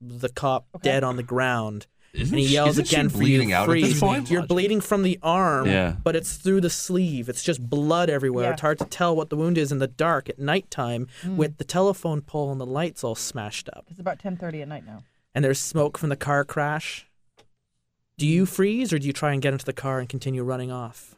Speaker 3: the cop dead on the ground. and he
Speaker 10: she-
Speaker 3: yells
Speaker 10: isn't she
Speaker 3: again for
Speaker 10: bleeding
Speaker 3: you.
Speaker 10: out at
Speaker 3: Freeze.
Speaker 10: this point?
Speaker 3: You're bleeding from the arm,
Speaker 10: Yeah.
Speaker 3: but it's through the sleeve. It's just blood everywhere.
Speaker 6: Yeah. Mm.
Speaker 3: It's hard to tell what the wound is in the dark at nighttime with the telephone pole and the lights all smashed up.
Speaker 6: It's about 10:30 at night now.
Speaker 3: And there's smoke from the car crash. Do you freeze or do you try and get into the car and continue running off?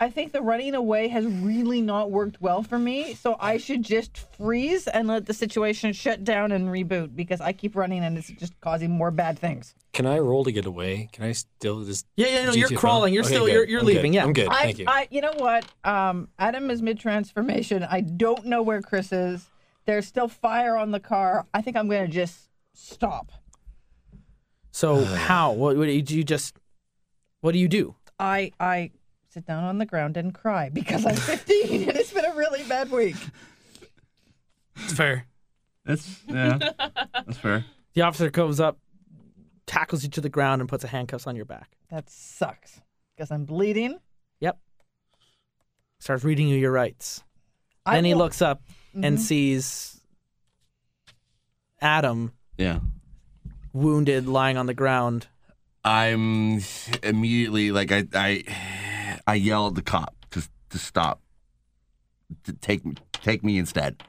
Speaker 6: I think the running away has really not worked well for me, so I should just freeze and let the situation shut down and reboot because I keep running and it's just causing more bad things.
Speaker 7: Can I roll to get away? Can I still just?
Speaker 3: Yeah, yeah, no, you're
Speaker 7: GTFO?
Speaker 3: crawling. You're
Speaker 7: Okay,
Speaker 3: still-
Speaker 7: good.
Speaker 3: you're- you're
Speaker 7: I'm good.
Speaker 3: leaving, yeah.
Speaker 7: I'm good.
Speaker 6: I,
Speaker 7: Thank you.
Speaker 6: I, you know what? Um, Adam is mid transformation. I don't know where Chris is. There's still fire on the car. I think I'm gonna just stop.
Speaker 3: So how? What, what do you- do you just? What do you do?
Speaker 6: I I sit down on the ground and cry because I'm 15 and it's been a really bad week.
Speaker 5: It's fair.
Speaker 10: That's yeah. That's fair.
Speaker 3: The officer comes up, tackles you to the ground, and puts a handcuffs on your back.
Speaker 6: That sucks because I'm bleeding.
Speaker 3: Yep. Starts reading you your rights. then
Speaker 6: I
Speaker 3: he
Speaker 6: will- Mm-hmm.
Speaker 3: looks up and sees Adam
Speaker 10: Yeah.
Speaker 3: wounded, lying on the ground.
Speaker 10: I'm immediately like I I I yell at the cop to to stop. To take me take me instead.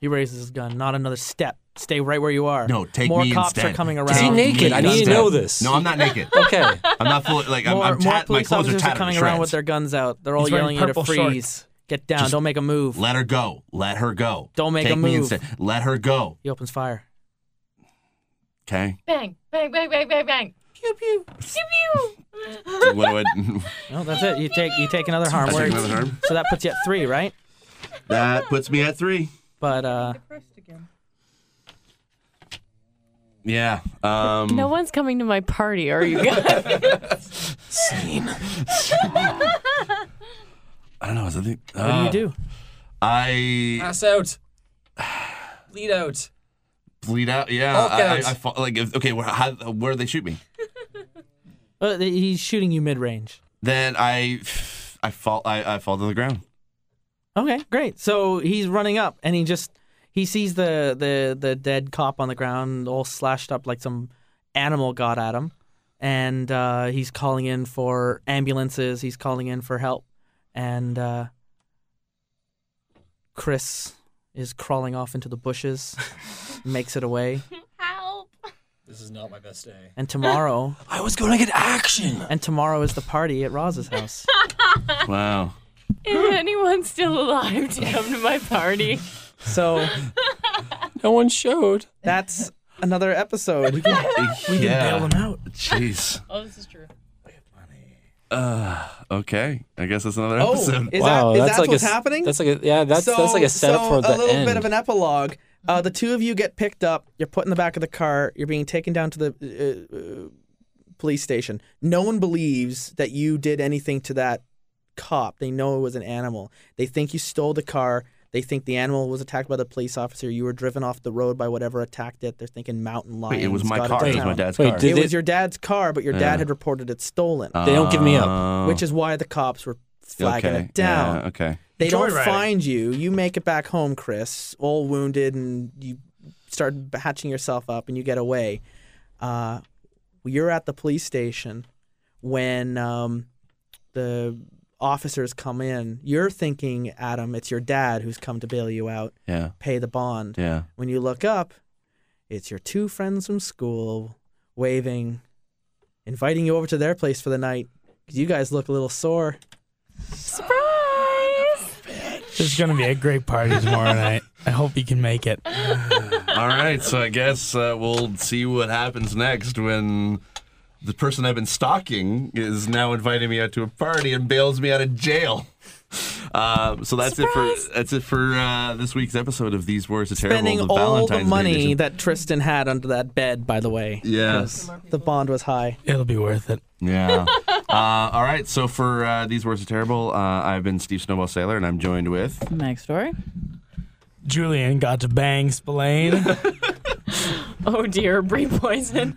Speaker 3: He raises his gun. Not another step. Stay right where you are.
Speaker 10: No, take
Speaker 3: more
Speaker 10: me
Speaker 3: cops
Speaker 10: instead.
Speaker 3: are coming around.
Speaker 7: Is he naked?
Speaker 10: Me
Speaker 7: I need to
Speaker 10: instead.
Speaker 7: know this.
Speaker 10: No, I'm not naked.
Speaker 7: okay.
Speaker 10: I'm not fully like I'm,
Speaker 3: More,
Speaker 10: I'm
Speaker 3: more
Speaker 10: tat- my
Speaker 3: police
Speaker 10: clothes are
Speaker 3: officers
Speaker 10: tattered
Speaker 3: are coming
Speaker 10: to
Speaker 3: around with
Speaker 10: shreds.
Speaker 3: their guns out. They're all
Speaker 5: He's
Speaker 3: yelling
Speaker 5: wearing
Speaker 3: at you to
Speaker 5: purple
Speaker 3: freeze.
Speaker 5: shorts.
Speaker 3: Get down. Don't make a move.
Speaker 10: Let her go. Let her go.
Speaker 3: Don't make a
Speaker 10: Take me
Speaker 3: move.
Speaker 10: Instead. Let her go.
Speaker 3: he opens fire.
Speaker 10: Okay.
Speaker 8: Bang, bang, bang, bang, bang, bang. Pew, pew. Pew, pew.
Speaker 10: What do I?
Speaker 3: No, that's it. You take you take another harm.
Speaker 10: I take
Speaker 3: Where-
Speaker 10: another harm.
Speaker 3: So that puts you at three, right?
Speaker 10: that puts me at three.
Speaker 3: But uh,
Speaker 10: Yeah. Um.
Speaker 8: no one's coming to my party, are you guys?
Speaker 10: I don't know. Is that the, uh,
Speaker 3: what do you do?
Speaker 10: I
Speaker 7: Pass out. Bleed out.
Speaker 10: bleed out. Yeah.
Speaker 7: Hulk
Speaker 10: I, I,
Speaker 7: out.
Speaker 10: I fall, like if, okay. Where how, where they shoot me?
Speaker 3: Uh, he's shooting you mid range.
Speaker 10: Then I I fall I, I fall to the ground.
Speaker 3: Okay, great. So he's running up, and he just he sees the the the dead cop on the ground, all slashed up like some animal got at him, and uh, he's calling in for ambulances. He's calling in for help, and uh, Chris is crawling off into the bushes, makes it away,
Speaker 8: Help.
Speaker 7: This is not my best day.
Speaker 3: and tomorrow
Speaker 7: I was going to get action.
Speaker 3: and tomorrow is the party at Roz's house.
Speaker 10: Wow.
Speaker 8: Is anyone still alive to come to my party?
Speaker 3: So
Speaker 7: No one showed.
Speaker 3: that's another episode.
Speaker 10: we yeah.
Speaker 5: Bail him out.
Speaker 10: Jeez.
Speaker 8: Oh, this is true.
Speaker 10: Uh, okay. I guess that's another
Speaker 3: Oh,
Speaker 10: episode.
Speaker 3: is that,
Speaker 7: wow,
Speaker 3: is
Speaker 7: that's
Speaker 3: that
Speaker 7: like
Speaker 3: what's
Speaker 7: a, s-
Speaker 3: happening?
Speaker 7: That's like a yeah. That's that's like a setup
Speaker 3: so
Speaker 7: for
Speaker 3: a
Speaker 7: the
Speaker 3: little
Speaker 7: end.
Speaker 3: bit of an epilogue. Uh, the two of you get picked up. You're put in the back of the car. You're being taken down to the uh, uh, police station. No one believes that you did anything to that cop. They know it was an animal. They think you stole the car. They think the animal was attacked by the police officer. You were driven off the road by whatever attacked it. They're thinking mountain lions.
Speaker 10: Wait, it was my
Speaker 3: got
Speaker 10: car. It was
Speaker 3: down.
Speaker 10: my dad's
Speaker 7: Wait,
Speaker 10: car.
Speaker 7: did-
Speaker 3: It
Speaker 7: they-
Speaker 3: was your dad's car, but your
Speaker 10: Yeah.
Speaker 3: dad had reported it stolen,
Speaker 7: They don't give me up.
Speaker 10: Uh,
Speaker 3: which is why the cops were flagging
Speaker 10: okay.
Speaker 3: it down.
Speaker 10: Yeah, okay.
Speaker 3: They don't
Speaker 5: Joyriding.
Speaker 3: find you. You make it back home, Chris, all wounded, and you start hatching yourself up, and you get away. Uh, you're at the police station when um, the officers come in, you're thinking, Adam, it's your dad who's come to bail you out,
Speaker 1: Yeah.
Speaker 3: pay the bond.
Speaker 1: Yeah.
Speaker 3: When you look up, it's your two friends from school waving, inviting you over to their place for the night. 'Cause You guys look a little sore.
Speaker 8: Surprise!
Speaker 5: There's gonna be a great party tomorrow night. I hope you can make it.
Speaker 4: All right, so I guess uh, we'll see what happens next when the person I've been stalking is now inviting me out to a party and bails me out of jail. Uh, so that's it for that's it for uh, this week's episode of These Words Are Terrible,
Speaker 3: Spending
Speaker 4: the
Speaker 3: all
Speaker 4: Valentine's
Speaker 3: the
Speaker 4: Day
Speaker 3: money
Speaker 4: edition.
Speaker 3: that Tristan had under that bed, by the way.
Speaker 4: Yeah.
Speaker 3: 'cause The bond was high.
Speaker 5: It'll be worth it.
Speaker 4: Yeah. uh, all right. So for uh, these words are terrible. Uh, I've been Steve Snowball Sailor, and I'm joined with
Speaker 10: Next story.
Speaker 5: Julian got to bang Spillane.
Speaker 8: Oh dear, Brie Poison.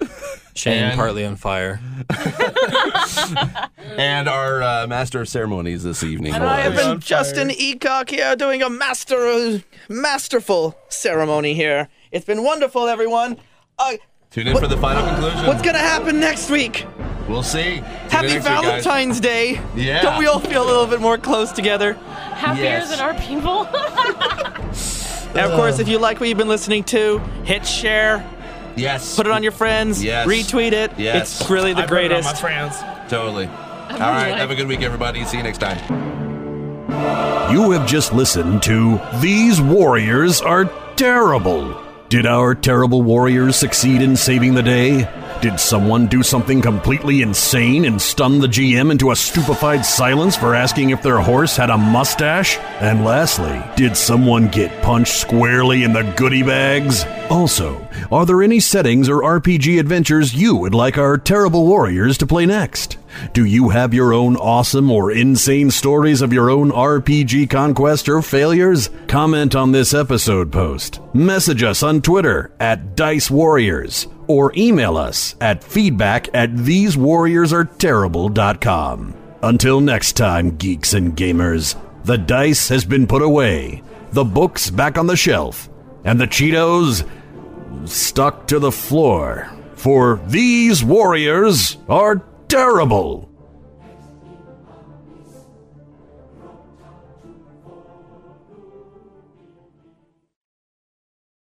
Speaker 7: Shane
Speaker 4: And-
Speaker 7: partly on fire.
Speaker 4: and our uh, master of ceremonies this evening.
Speaker 3: And I have
Speaker 5: We're
Speaker 3: been
Speaker 5: on
Speaker 3: Justin Eacock here doing a master, uh, masterful ceremony here. It's been wonderful, everyone. Uh,
Speaker 4: Tune in for the final conclusion.
Speaker 3: what's gonna happen next week?
Speaker 4: we'll see. Tune in
Speaker 3: Happy
Speaker 4: next week, guys.
Speaker 3: Valentine's Day.
Speaker 4: Yeah.
Speaker 3: Don't we all feel a little bit more close together?
Speaker 8: Happier
Speaker 4: Yes.
Speaker 8: than our people.
Speaker 3: And of course, if you like what you've been listening to, hit share,
Speaker 4: Yes.
Speaker 3: put it on your friends,
Speaker 4: Yes.
Speaker 3: retweet it.
Speaker 4: Yes.
Speaker 3: It's really the
Speaker 5: I put it on
Speaker 3: greatest.
Speaker 5: My friends.
Speaker 4: Totally. All right. Have a good week, everybody. See you next time.
Speaker 2: You have just listened to These Warriors Are Terrible. Did our terrible warriors succeed in saving the day? Did someone do something completely insane and stun the GM into a stupefied silence for asking if their horse had a mustache? And lastly, did someone get punched squarely in the goodie bags? Also, are there any settings or RPG adventures you would like our terrible warriors to play next? Do you have your own awesome or insane stories of your own RPG conquest or failures? Comment on this episode post. Message us on Twitter at Dice Warriors or email us at feedback at thesewarriorsarterrible.com. Until next time, geeks and gamers, the dice has been put away, the books back on the shelf, and the Cheetos stuck to the floor. For these warriors are terrible.